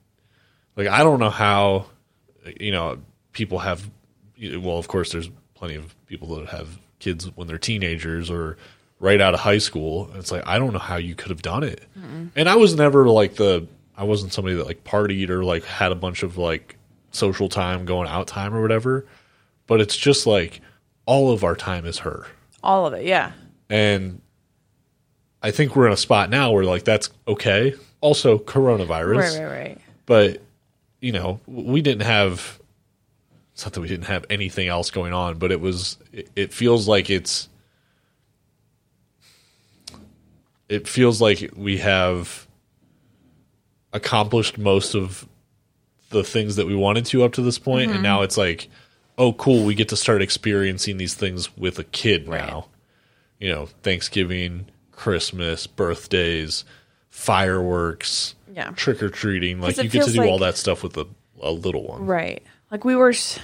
[SPEAKER 2] like i don't know how you know people have well of course there's plenty of people that have kids when they're teenagers or right out of high school it's like i don't know how you could have done it and i was never like the i wasn't somebody that like partied or like had a bunch of like social time going out time or whatever but it's just like all of our time is her
[SPEAKER 1] All of it. Yeah.
[SPEAKER 2] and I think we're in a spot now where like that's okay. Also, coronavirus,
[SPEAKER 1] Right. Right. Right.
[SPEAKER 2] but you know, w- we didn't have. It's not that we didn't have anything else going on, but it was. It, it feels like it's. It feels like we have accomplished most of the things that we wanted to up to this point, and now it's like, oh, cool, we get to start experiencing these things with a kid now you know, Thanksgiving, Christmas, birthdays, fireworks,
[SPEAKER 1] Yeah.
[SPEAKER 2] trick or treating. Like
[SPEAKER 1] 'Cause it
[SPEAKER 2] you get to
[SPEAKER 1] feels
[SPEAKER 2] do all
[SPEAKER 1] like-
[SPEAKER 2] that stuff with a, a little one.
[SPEAKER 1] Right. Like we were. s-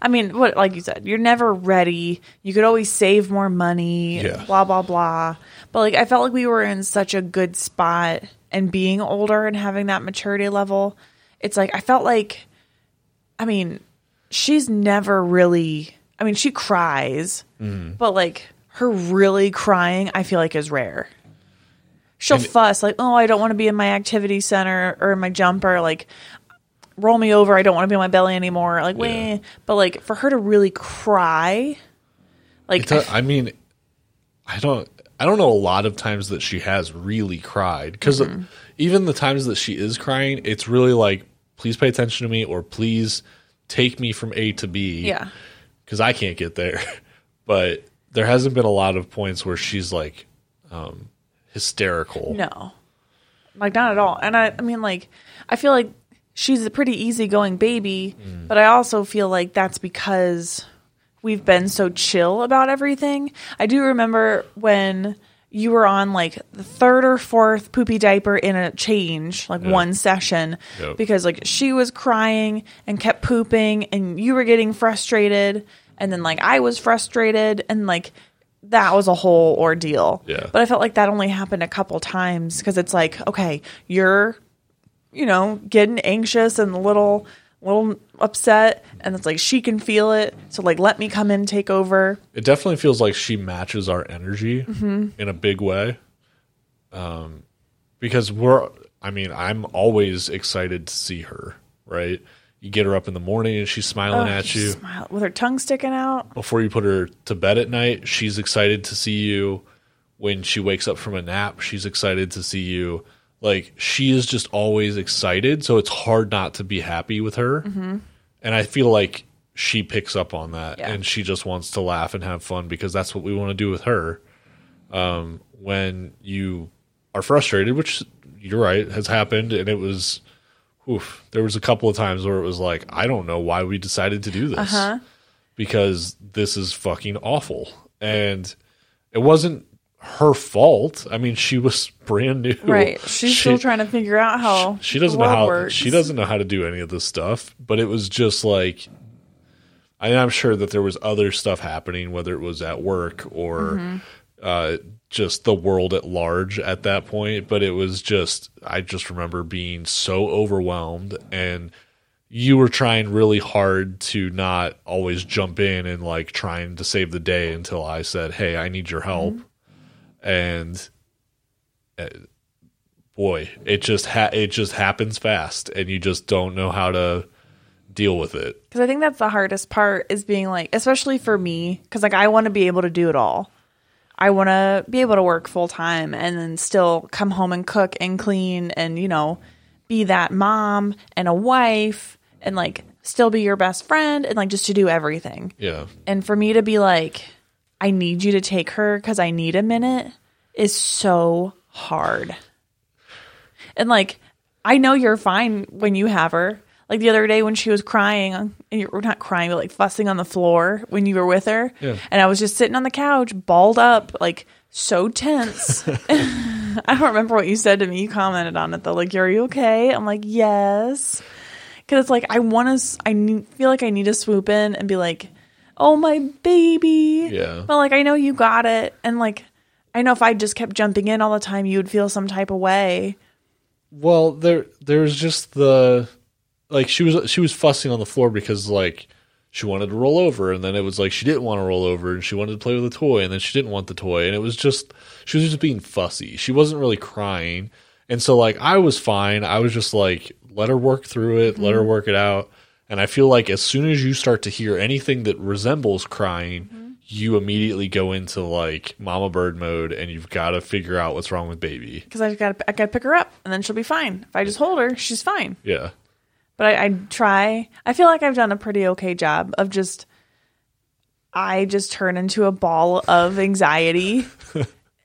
[SPEAKER 1] I mean, what like you said, you're never ready. You could always save more money.
[SPEAKER 2] Yeah.
[SPEAKER 1] Blah blah blah. But like, I felt like we were in such a good spot, and being older and having that maturity level, it's like I felt like. I mean, she's never really. I mean, she cries, but like her really crying, I feel like is rare. She'll fuss like, "Oh, I don't want to be in my activity center or in my jumper." Like, roll me over. I don't want to be on my belly anymore. Like,
[SPEAKER 2] Yeah.
[SPEAKER 1] wait. But like for her to really cry, like
[SPEAKER 2] It's a- I mean, I don't. I don't know a lot of times that she has really cried because
[SPEAKER 1] Mm-hmm.
[SPEAKER 2] even the times that she is crying, it's really like, please pay attention to me or please take me from A to B.
[SPEAKER 1] yeah,
[SPEAKER 2] because I can't get there. But there hasn't been a lot of points where she's like um, hysterical.
[SPEAKER 1] no, like not at all. And I, I mean, like I feel like she's a pretty easygoing baby, but I also feel like that's because we've been so chill about everything. I do remember when you were on like the third or fourth poopy diaper in a change, like one session,
[SPEAKER 2] Yep.
[SPEAKER 1] because like she was crying and kept pooping, and you were getting frustrated, and then like I was frustrated, and like that was a whole ordeal.
[SPEAKER 2] Yeah.
[SPEAKER 1] But I felt like that only happened a couple times because it's like, okay, you're you know, getting anxious and a little little upset and it's like she can feel it. So like let me come in, take over.
[SPEAKER 2] it definitely feels like she matches our energy in a big way. Um, because we're, I mean, I'm always excited to see her, right? You get her up in the morning and she's smiling at
[SPEAKER 1] She
[SPEAKER 2] you.
[SPEAKER 1] smile with her tongue sticking out.
[SPEAKER 2] Before you put her to bed at night, she's excited to see you. When she wakes up from a nap, she's excited to see you. Like, she is just always excited. So it's hard not to be happy with her. And I feel like she picks up on that
[SPEAKER 1] Yeah.
[SPEAKER 2] and she just wants to laugh and have fun because that's what we want to do with her. Um, when you are frustrated, which you're right, has happened. And it was, oof, there was a couple of times where it was like, I don't know why we
[SPEAKER 1] Uh-huh.
[SPEAKER 2] decided to do this because this is fucking awful. And it wasn't her fault. I mean, she was brand new.
[SPEAKER 1] Right. She's
[SPEAKER 2] She-
[SPEAKER 1] still trying to figure out how
[SPEAKER 2] she doesn't
[SPEAKER 1] the
[SPEAKER 2] know
[SPEAKER 1] world
[SPEAKER 2] how
[SPEAKER 1] works.
[SPEAKER 2] she doesn't know how to do any of this stuff but it was just like I am sure that there was other stuff happening whether it was at work or
[SPEAKER 1] Mm-hmm.
[SPEAKER 2] uh, just the world at large at that point but it was just i just remember being so overwhelmed and you were trying really hard to not always jump in and like trying to save the day until i said hey i need your help
[SPEAKER 1] Mm-hmm.
[SPEAKER 2] and boy, it just ha- it just happens fast, and you just don't know how to deal with it.
[SPEAKER 1] Because I think that's the hardest part is being like, especially for me, because like I want to be able to do it all. I want to be able to work full time and then still come home and cook and clean and, you know, be that mom and a wife and like still be your best friend and like just to do everything.
[SPEAKER 2] Yeah,
[SPEAKER 1] And for me to be like, I need you to take her because I need a minute is so hard. And like, I know you're fine when you have her. Like the other day when she was crying, and you were not crying, but like fussing on the floor when you were with her.
[SPEAKER 2] Yeah.
[SPEAKER 1] And I was just sitting on the couch, balled up, like so tense. I don't remember what you said to me. You commented on it though. Like, are you okay? I'm like, yes. Cause it's like, I want to, I need, feel like I need to swoop in and be like, oh, my baby.
[SPEAKER 2] Yeah.
[SPEAKER 1] But like, I know you got it. And like, I know if I just kept jumping in all the time, you would feel some type of way.
[SPEAKER 2] Well, there there's just the like she was she was fussing on the floor because like she wanted to roll over and then it was like she didn't want to roll over and she wanted to play with the toy and then she didn't want the toy and it was just she was just being fussy. She wasn't really crying. And so like I was fine. I was just like let her work through it, let her work it out. And I feel like as soon as you start to hear anything that resembles crying, you immediately go into like mama bird mode and you've got to figure out what's wrong with baby.
[SPEAKER 1] Cause I got, I got to pick her up and then she'll be fine. If I just hold her, she's fine.
[SPEAKER 2] Yeah.
[SPEAKER 1] but I, I try. I feel like I've done a pretty okay job of just. I just turn into a ball of anxiety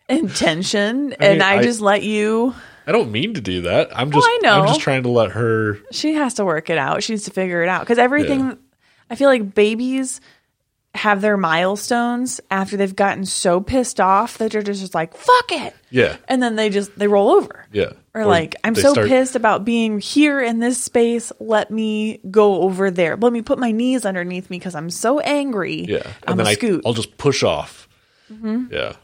[SPEAKER 1] and tension, and I,
[SPEAKER 2] I-
[SPEAKER 1] just let you.
[SPEAKER 2] I don't mean to do that. I'm just
[SPEAKER 1] I know.
[SPEAKER 2] I'm just trying to let her
[SPEAKER 1] She has to work it out. She needs to figure it out because everything. I feel like babies have their milestones after they've gotten so pissed off that they're just like fuck it,
[SPEAKER 2] Yeah.
[SPEAKER 1] and then they just they roll over.
[SPEAKER 2] Yeah.
[SPEAKER 1] Or, like, I'm
[SPEAKER 2] they
[SPEAKER 1] so
[SPEAKER 2] start-
[SPEAKER 1] pissed about being here in this space. Let me go over there. Let me put my knees underneath me because I'm so angry.
[SPEAKER 2] Yeah.
[SPEAKER 1] I'm a
[SPEAKER 2] I
[SPEAKER 1] scoot. Mm-hmm.
[SPEAKER 2] I'll just push off. Yeah.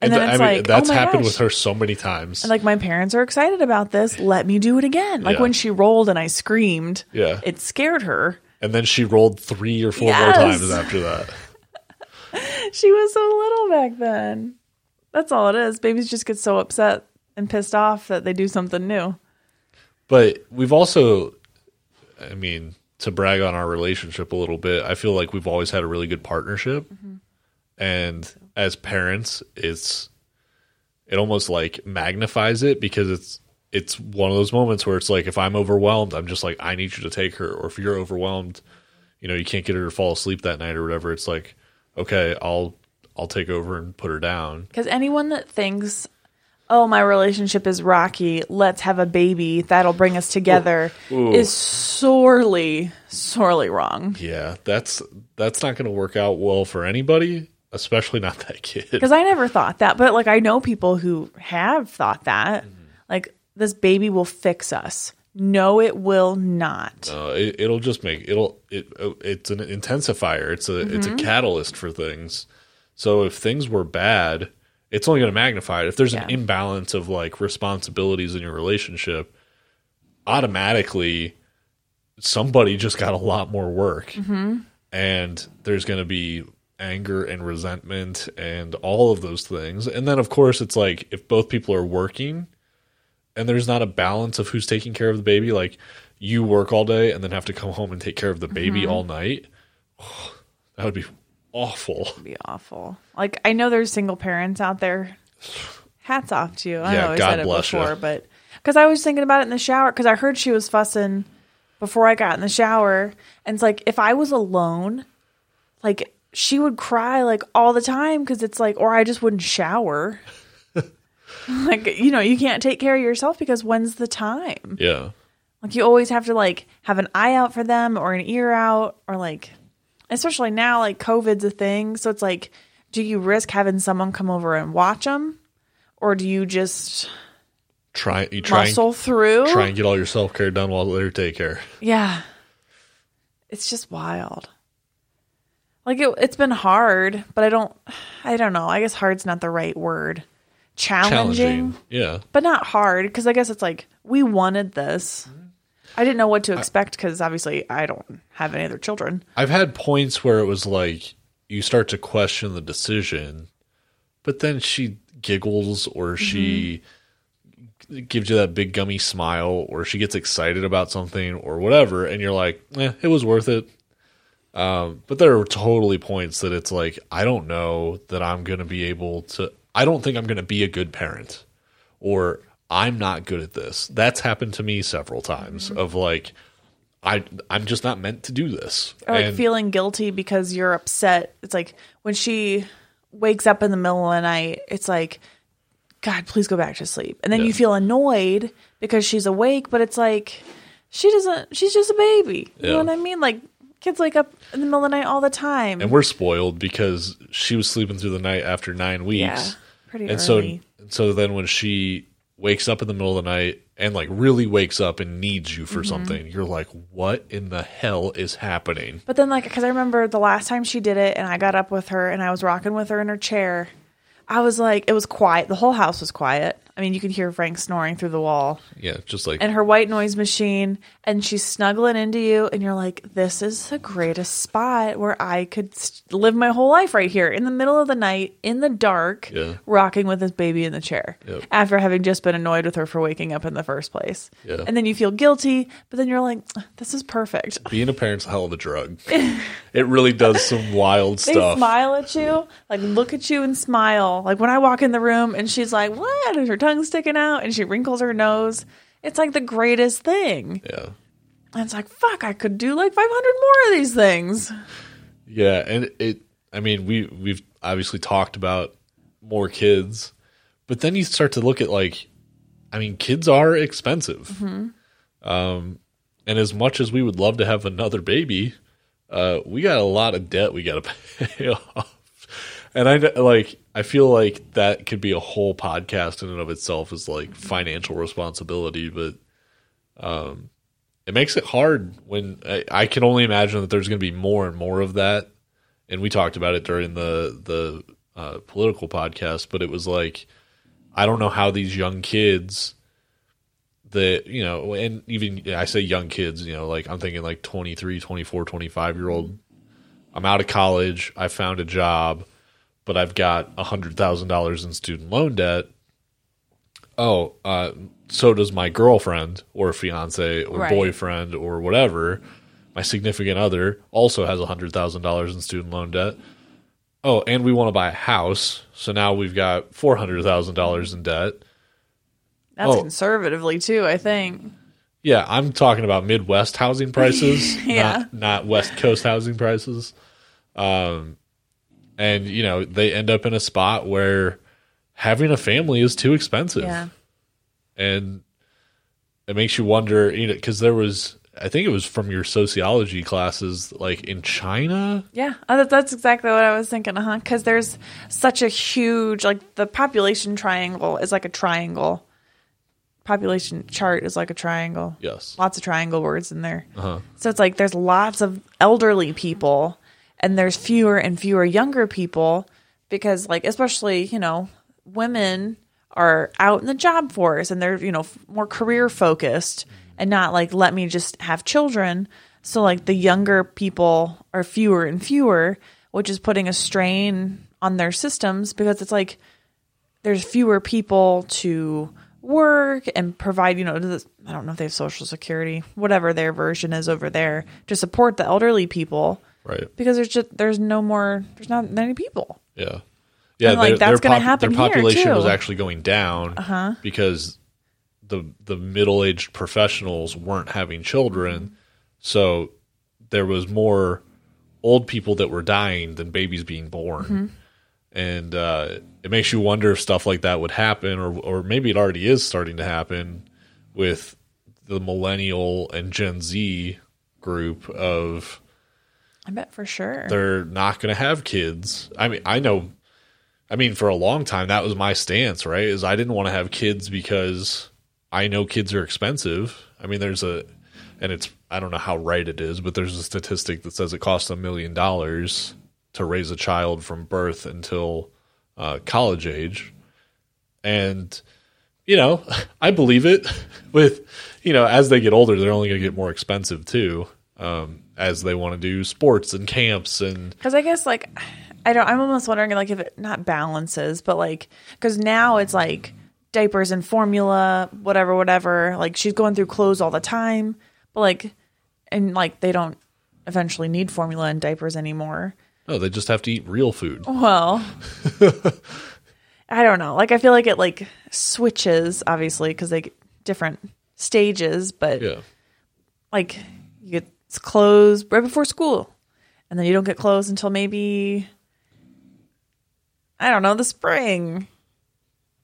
[SPEAKER 1] And then
[SPEAKER 2] th-
[SPEAKER 1] it's like, oh
[SPEAKER 2] that's
[SPEAKER 1] my
[SPEAKER 2] happened
[SPEAKER 1] gosh.
[SPEAKER 2] with her so many times.
[SPEAKER 1] and like my parents are excited about this. Let me do it again. Like
[SPEAKER 2] Yeah.
[SPEAKER 1] when she rolled and I screamed.
[SPEAKER 2] Yeah.
[SPEAKER 1] It scared her.
[SPEAKER 2] and then she rolled three or four
[SPEAKER 1] Yes.
[SPEAKER 2] more times after that.
[SPEAKER 1] She was so little back then. That's all it is. Babies just get so upset and pissed off that they do something new.
[SPEAKER 2] But we've also, I mean, to brag on our relationship a little bit, I feel like we've always had a really good partnership. And as parents, it's it almost like magnifies it because it's it's one of those moments where it's like if I'm overwhelmed, I'm just like I need you to take her, or if you're overwhelmed, you know, you can't get her to fall asleep that night or whatever. It's like okay, I'll I'll take over and put her down.
[SPEAKER 1] Because anyone that thinks, oh, my relationship is rocky, let's have a baby, that'll bring us together, is sorely, sorely wrong.
[SPEAKER 2] Yeah, that's that's not going to work out well for anybody, especially not that kid.
[SPEAKER 1] Because I never thought that, but like I know people who have thought that. Like, this baby will fix us. No, it will not.
[SPEAKER 2] Uh, it, it'll just make it'll it uh, it's an intensifier. It's a it's a catalyst for things. So if things were bad, it's only going to magnify it. If there's an
[SPEAKER 1] Yeah.
[SPEAKER 2] imbalance of like responsibilities in your relationship, automatically somebody just got a lot more work, and there's going to be anger and resentment and all of those things. And then of course it's like if both people are working, and there's not a balance of who's taking care of the baby like you work all day and then have to come home and take care of the baby
[SPEAKER 1] Mm-hmm.
[SPEAKER 2] all night that would be awful
[SPEAKER 1] It'd be awful. Like, I know there's single parents out there. Hats off to you. I
[SPEAKER 2] Yeah,
[SPEAKER 1] know I
[SPEAKER 2] God
[SPEAKER 1] said it
[SPEAKER 2] bless ya.
[SPEAKER 1] before, but because I was thinking about it in the shower, because I heard she was fussing before I got in the shower. And it's like, if I was alone, like, she would cry like all the time because it's like, or I just wouldn't shower. like, you know, you can't take care of yourself because when's the time?
[SPEAKER 2] yeah
[SPEAKER 1] Like, you always have to like have an eye out for them or an ear out or like, especially now, like, COVID's a thing. So it's like, do you risk having someone come over and watch them, or do you just
[SPEAKER 2] Try you try
[SPEAKER 1] muscle
[SPEAKER 2] and,
[SPEAKER 1] through?
[SPEAKER 2] try and get all your self care done while they're take care.
[SPEAKER 1] Yeah. It's just wild. Like it, it's been hard, but I don't, I don't know. I guess hard's not the right word. Challenging,
[SPEAKER 2] Challenging. Yeah.
[SPEAKER 1] but not hard because I guess it's like we wanted this. I didn't know what
[SPEAKER 2] Uh,
[SPEAKER 1] to expect because obviously I don't have any other children.
[SPEAKER 2] I've had points where it was like you start to question the decision, but then she giggles or she g- gives you that big gummy smile or she gets excited about something or whatever, and you're like, eh, it was worth it. Um, but there are totally points that it's like, I don't know that I'm going to be able to, I don't think I'm going to be a good parent or I'm not good at this. That's happened to me several times of like, I, I'm just not meant to do this.
[SPEAKER 1] Or like
[SPEAKER 2] And-
[SPEAKER 1] feeling guilty because you're upset. It's like when she wakes up in the middle of the night, it's like, God, please go back to sleep. And then
[SPEAKER 2] Yeah.
[SPEAKER 1] you feel annoyed because she's awake, but it's like she doesn't. She's just a baby. You know
[SPEAKER 2] Yeah.
[SPEAKER 1] what I mean? Like kids wake up in the middle of the night all the time.
[SPEAKER 2] and we're spoiled because she was sleeping through the night after nine weeks.
[SPEAKER 1] yeah, pretty
[SPEAKER 2] and so
[SPEAKER 1] early.
[SPEAKER 2] and so then when she wakes up in the middle of the night and like really wakes up and needs you for
[SPEAKER 1] Mm-hmm.
[SPEAKER 2] something, you're like, what in the hell is happening?
[SPEAKER 1] But then, like, because I remember the last time she did it, and I got up with her and I was rocking with her in her chair. I was like, it was quiet. The whole house was quiet. I mean, you could hear Frank snoring through the wall
[SPEAKER 2] Yeah, just like
[SPEAKER 1] and her white noise machine, and she's snuggling into you, and you're like, this is the greatest spot where I could s- live my whole life right here in the middle of the night, in the dark,
[SPEAKER 2] Yeah.
[SPEAKER 1] rocking with this baby in the chair
[SPEAKER 2] Yep.
[SPEAKER 1] after having just been annoyed with her for waking up in the first place.
[SPEAKER 2] Yeah.
[SPEAKER 1] And then you feel guilty, but then you're like, this is perfect.
[SPEAKER 2] being a parent's a hell of a drug. it really does some wild
[SPEAKER 1] They
[SPEAKER 2] stuff.
[SPEAKER 1] smile at you, like look at you and smile. Like when I walk in the room and she's like, "What?" and her tongue's sticking out and she wrinkles her nose. It's like the greatest thing.
[SPEAKER 2] Yeah.
[SPEAKER 1] And it's like, "Fuck, I could do like 500 more of these things."
[SPEAKER 2] Yeah, and it I mean, we we've obviously talked about more kids, but then you start to look at like I mean, kids are expensive. Um and as much as we would love to have another baby, uh we got a lot of debt we got to pay off. And I kn- like I feel like that could be a whole podcast in and of itself is like financial responsibility, but it makes it hard when I, I can only imagine that there's going to be more and more of that. And we talked about it during the the uh, political podcast, but it was like I don't know how these young kids that you know and even yeah, I say young kids, you know, like I'm thinking like 23, 24, 25 year old. I'm out of college, I found a job, but I've got $100,000 in student loan debt oh, uh, so does my girlfriend or fiance or
[SPEAKER 1] Right.
[SPEAKER 2] boyfriend or whatever. My significant other also has $100,000 in student loan debt. Oh, and we want to buy a house. So now we've got $400,000 in debt.
[SPEAKER 1] That's
[SPEAKER 2] Oh.
[SPEAKER 1] conservatively too, I think.
[SPEAKER 2] Yeah, I'm talking about Midwest housing prices,
[SPEAKER 1] Yeah.
[SPEAKER 2] not, not West Coast housing prices. Um, and, you know, they end up in a spot where having a family is too expensive.
[SPEAKER 1] Yeah.
[SPEAKER 2] and it makes you wonder you know because there was i think it was from your sociology classes like in china
[SPEAKER 1] Yeah, uh, that- that's exactly what I was thinking, huh? Because there's such a huge, like, the population triangle is like a triangle. Population chart is like a triangle.
[SPEAKER 2] yes
[SPEAKER 1] lots of triangle words in there. So it's like there's lots of elderly people and there's fewer and fewer younger people because like especially, you know, women are out in the job force and they're, you know, f- more career focused and not like let me just have children. So like the younger people are fewer and fewer, which is putting a strain on their systems because it's like there's fewer people to work and provide, you know, to the, I don't know if they have social security, whatever their version is over there to support the elderly people
[SPEAKER 2] right
[SPEAKER 1] because there's just, there's no more, there's not many people.
[SPEAKER 2] yeah yeah
[SPEAKER 1] And, like, that's gonna happen
[SPEAKER 2] their
[SPEAKER 1] here,
[SPEAKER 2] population was
[SPEAKER 1] too. Uh-huh.
[SPEAKER 2] actually going down because the the middle-aged professionals weren't having children so there was more old people that were dying than babies being born
[SPEAKER 1] Mm-hmm.
[SPEAKER 2] and uh, it makes you wonder if stuff like that would happen, or or maybe it already is starting to happen with the millennial and Gen Z group of
[SPEAKER 1] I bet for sure.
[SPEAKER 2] they're not going to have kids. I mean, I know I mean, for a long time, that was my stance, right? Is I didn't want to have kids because I know kids are expensive. I mean, there's a, and it's, I don't know how right it is, but there's a statistic that says it costs a million dollars to raise a child from birth until uh, college age. And, you know, I believe it with, you know, as they get older, they're only going to get more expensive too, um, as they want to do sports and camps and,
[SPEAKER 1] Because I guess like I don't. I'm almost wondering like if it not balances, but like because now it's like diapers and formula, whatever, whatever. Like she's going through clothes all the time, but like and like they don't eventually need formula and diapers anymore.
[SPEAKER 2] No, they just have to eat real food.
[SPEAKER 1] Well, I don't know. Like I feel like it like switches obviously because they get different stages, but
[SPEAKER 2] Yeah.
[SPEAKER 1] like you get clothes right before school and then you don't get clothes until maybe i don't know the spring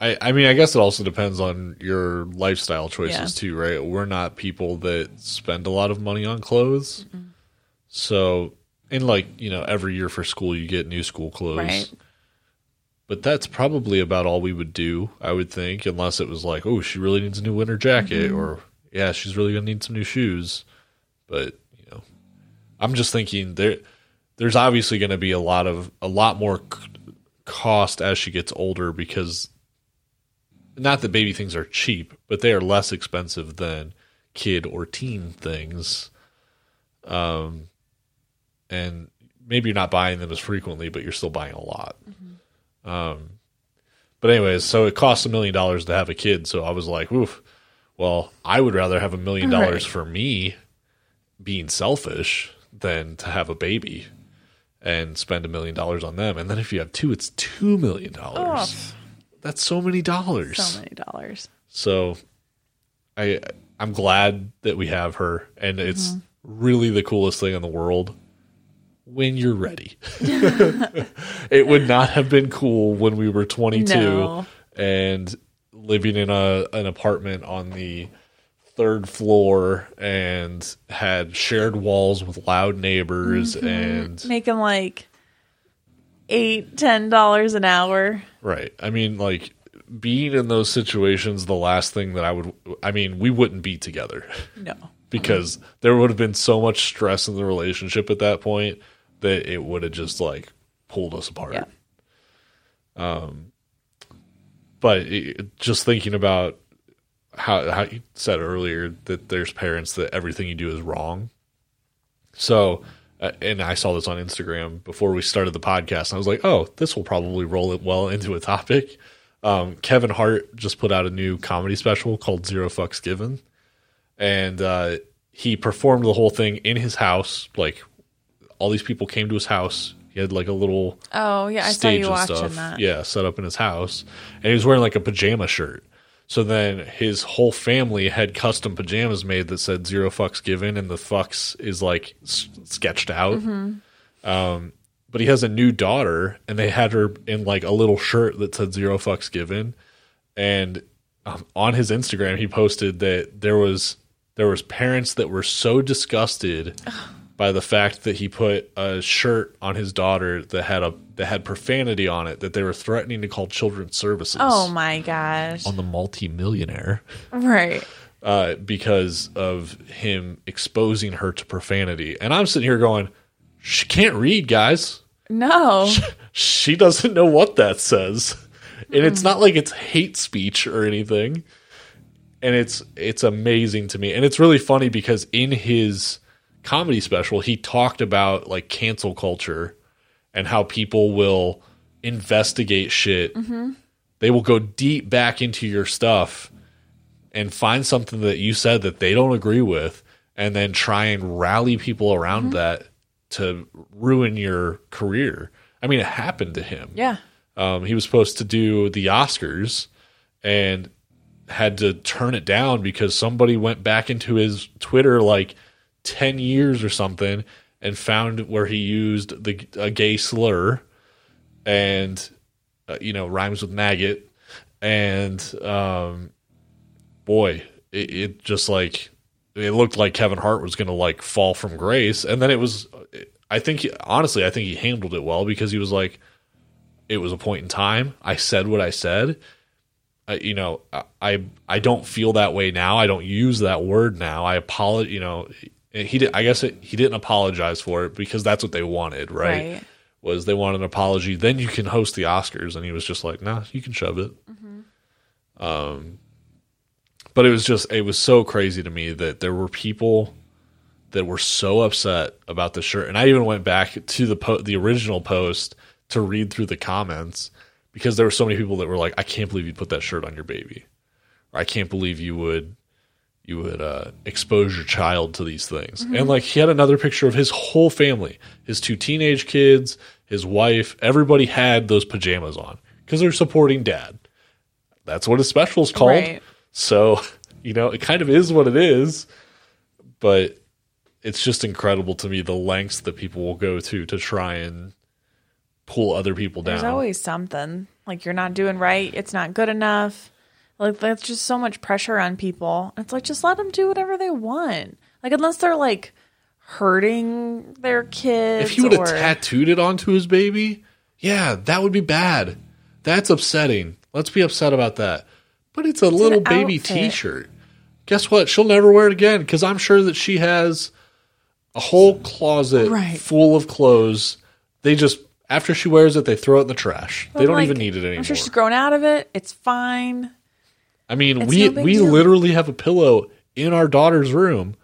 [SPEAKER 2] I, I mean, I guess it also depends on your lifestyle choices
[SPEAKER 1] Yeah.
[SPEAKER 2] too, right? We're not people that spend a lot of money on clothes. So, and like, you know, every year for school, you get new school clothes.
[SPEAKER 1] Right.
[SPEAKER 2] But that's probably about all we would do, I would think, unless it was like, oh, she really needs a new winter jacket or, yeah, she's really going to need some new shoes. But, you know, I'm just thinking there there's obviously going to be a lot of a lot more c- cost as she gets older because not that baby things are cheap, but they are less expensive than kid or teen things. Um, and maybe you're not buying them as frequently, but you're still buying a lot. Um,
[SPEAKER 1] Mm-hmm.
[SPEAKER 2] but anyways, so it costs a million dollars to have a kid. So I was like, oof, well, I would rather have a million dollars
[SPEAKER 1] Right.
[SPEAKER 2] for me being selfish than to have a baby and spend a million dollars on them. And then if you have two, it's two million dollars. That's so many dollars.
[SPEAKER 1] Oh. so many dollars
[SPEAKER 2] So I I'm glad that we have her and it's really the coolest thing in the world when you're ready. it would not have been cool when we were 22
[SPEAKER 1] No.
[SPEAKER 2] and living in a an apartment on the third floor and had shared walls with loud neighbors and
[SPEAKER 1] make them like eight ten dollars an hour
[SPEAKER 2] Right. I mean, like being in those situations, the last thing that I would, I mean, we wouldn't be together
[SPEAKER 1] no
[SPEAKER 2] because there would have been so much stress in the relationship at that point that it would have just like pulled us apart.
[SPEAKER 1] Yeah.
[SPEAKER 2] Um, but it, just thinking about how how you said earlier that there's parents that everything you do is wrong. So, uh, and I saw this on Instagram before we started the podcast. And I was like, oh, this will probably roll it well into a topic. Um, Kevin Hart just put out a new comedy special called Zero Fucks Given and uh, he performed the whole thing in his house. Like all these people came to his house. He had like a little
[SPEAKER 1] oh yeah i saw
[SPEAKER 2] stage
[SPEAKER 1] you
[SPEAKER 2] and
[SPEAKER 1] watching
[SPEAKER 2] stuff.
[SPEAKER 1] that
[SPEAKER 2] Yeah, set up in his house, and he was wearing like a pajama shirt. So then his whole family had custom pajamas made that said zero fucks given, and the fucks is like s- sketched out. Um,
[SPEAKER 1] Mm-hmm.
[SPEAKER 2] but he has a new daughter, and they had her in like a little shirt that said zero fucks given, and um, on his Instagram he posted that there was there was parents that were so disgusted by the fact that he put a shirt on his daughter that had a that had profanity on it that they were threatening to call children's services
[SPEAKER 1] oh my gosh
[SPEAKER 2] on the multimillionaire
[SPEAKER 1] right
[SPEAKER 2] uh, because of him exposing her to profanity. And I'm sitting here going, she can't read, guys.
[SPEAKER 1] no
[SPEAKER 2] She doesn't know what that says. And it's not like it's hate speech or anything. And it's it's amazing to me. And it's really funny because in his comedy special, he talked about like cancel culture and how people will investigate shit. They will go deep back into your stuff and find something that you said that they don't agree with and then try and rally people around that to ruin your career. I mean, it happened to him.
[SPEAKER 1] yeah
[SPEAKER 2] Um, he was supposed to do the Oscars and had to turn it down because somebody went back into his Twitter like 10 years or something and found where he used the a gay slur and uh, you know rhymes with maggot and um boy it, it just like it looked like Kevin Hart was going to like fall from grace and then it was I think he- honestly I think he handled it well because he was like it was a point in time. I said what I said. I, you know, I- I I don't feel that way now. I don't use that word now. I apologize. You know, he did. I guess it, he didn't apologize for it because that's what they wanted, right?
[SPEAKER 1] Right.
[SPEAKER 2] Was they want an apology? Then you can host the Oscars, and he was just like, "Nah, you can shove it." Um, but it was just it was so crazy to me that there were people that were so upset about the shirt, and I even went back to the po- the original post to read through the comments because there were so many people that were like, "I can't believe you put that shirt on your baby," or "I can't believe you would you would uh, expose your child to these things." And like he had another picture of his whole family, his two teenage kids, his wife, everybody had those pajamas on because they're supporting dad. That's what his special is called.
[SPEAKER 1] Right.
[SPEAKER 2] So you know, it kind of is what it is, but it's just incredible to me the lengths that people will go to to try and pull other people down.
[SPEAKER 1] There's always something. Like you're not doing right. It's not good enough. Like that's just so much pressure on people. It's like just let them do whatever they want. Like unless they're like hurting their kids.
[SPEAKER 2] if he would have
[SPEAKER 1] or-
[SPEAKER 2] tattooed it onto his baby, yeah, that would be bad. That's upsetting. Let's be upset about that. But it's a little baby
[SPEAKER 1] outfit.
[SPEAKER 2] T-shirt. Guess what? She'll never wear it again because I'm sure that she has a whole closet
[SPEAKER 1] Right.
[SPEAKER 2] full of clothes. They just after she wears it, they throw it in the trash. they
[SPEAKER 1] But,
[SPEAKER 2] don't
[SPEAKER 1] like,
[SPEAKER 2] even need it anymore.
[SPEAKER 1] I'm sure she's grown out of it. It's fine.
[SPEAKER 2] I mean,
[SPEAKER 1] It's
[SPEAKER 2] we
[SPEAKER 1] no big
[SPEAKER 2] we
[SPEAKER 1] deal.
[SPEAKER 2] literally have a pillow in our daughter's room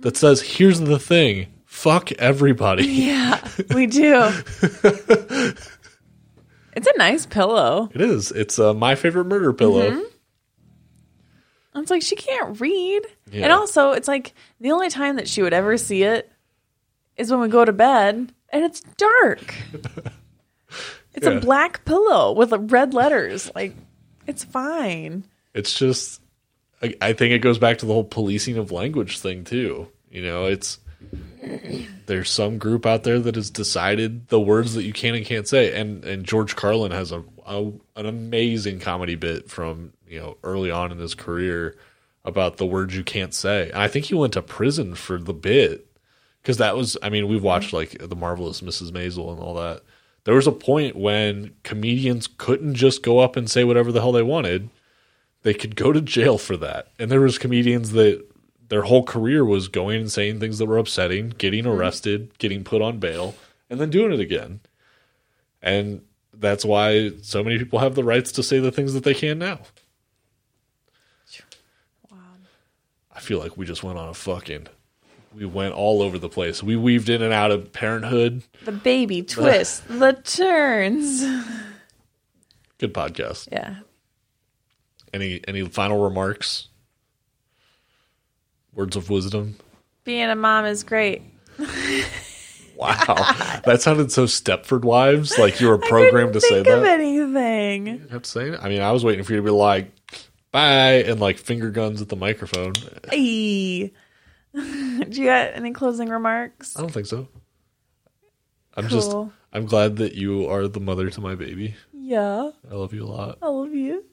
[SPEAKER 2] that says, "Here's the thing: fuck everybody."
[SPEAKER 1] Yeah, we do. it's a nice pillow.
[SPEAKER 2] It is. It's uh, my favorite murder
[SPEAKER 1] Mm-hmm.
[SPEAKER 2] pillow.
[SPEAKER 1] It's like she can't read.
[SPEAKER 2] Yeah.
[SPEAKER 1] And also, it's like the only time that she would ever see it is when we go to bed and it's dark. it's
[SPEAKER 2] Yeah.
[SPEAKER 1] a black pillow with like, red letters. Like, it's fine.
[SPEAKER 2] It's just, I, I think it goes back to the whole policing of language thing too. You know, it's there's some group out there that has decided the words that you can and can't say, and and George Carlin has a, a an amazing comedy bit from you know early on in his career about the words you can't say. And I think he went to prison for the bit because that was i mean we've watched like the marvelous mrs mazel and all that there was a point when comedians couldn't just go up and say whatever the hell they wanted they could go to jail for that and there was comedians that their whole career was going and saying things that were upsetting getting arrested getting put on bail and then doing it again and that's why so many people have the rights to say the things that they can now I feel like we just went on a fucking. We went all over the place. We weaved in and out of parenthood.
[SPEAKER 1] The baby twists, the turns.
[SPEAKER 2] Good podcast.
[SPEAKER 1] Yeah.
[SPEAKER 2] Any any final remarks? Words of wisdom.
[SPEAKER 1] Being a mom is great.
[SPEAKER 2] Wow, that sounded so Stepford Wives. Like you were programmed to
[SPEAKER 1] Couldn't
[SPEAKER 2] say
[SPEAKER 1] think of
[SPEAKER 2] that.
[SPEAKER 1] anything.
[SPEAKER 2] You have to say it. I mean, I was waiting for you to be like, "Bye," and like finger guns at the microphone.
[SPEAKER 1] Ayy. Do you got any closing remarks?
[SPEAKER 2] I don't think so. I'm
[SPEAKER 1] Cool.
[SPEAKER 2] just. I'm glad that you are the mother to my baby.
[SPEAKER 1] Yeah.
[SPEAKER 2] I love you a lot.
[SPEAKER 1] I love you.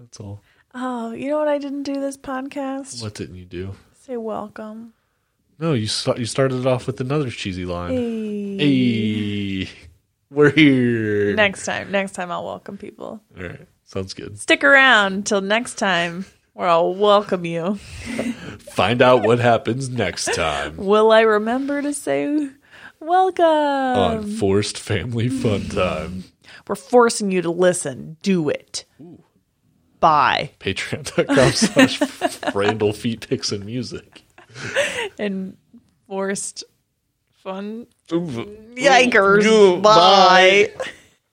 [SPEAKER 2] That's all.
[SPEAKER 1] Oh, you know what I didn't do this podcast?
[SPEAKER 2] What didn't you do?
[SPEAKER 1] Say welcome.
[SPEAKER 2] No, you sta- you started it off with another cheesy line.
[SPEAKER 1] Ayy.
[SPEAKER 2] Hey, we're here.
[SPEAKER 1] Next time. Next time I'll welcome people.
[SPEAKER 2] All right, sounds good.
[SPEAKER 1] Stick around till next time where I'll welcome you.
[SPEAKER 2] Find out what happens next time
[SPEAKER 1] Will I remember to say welcome?
[SPEAKER 2] on Forced Family Fun Time.
[SPEAKER 1] We're forcing you to listen. Do it. Bye.
[SPEAKER 2] Patreon.com slash Randall Feet Picks and Music.
[SPEAKER 1] And forced fun.
[SPEAKER 2] Ooh.
[SPEAKER 1] Yikers.
[SPEAKER 2] Ooh,
[SPEAKER 1] Bye.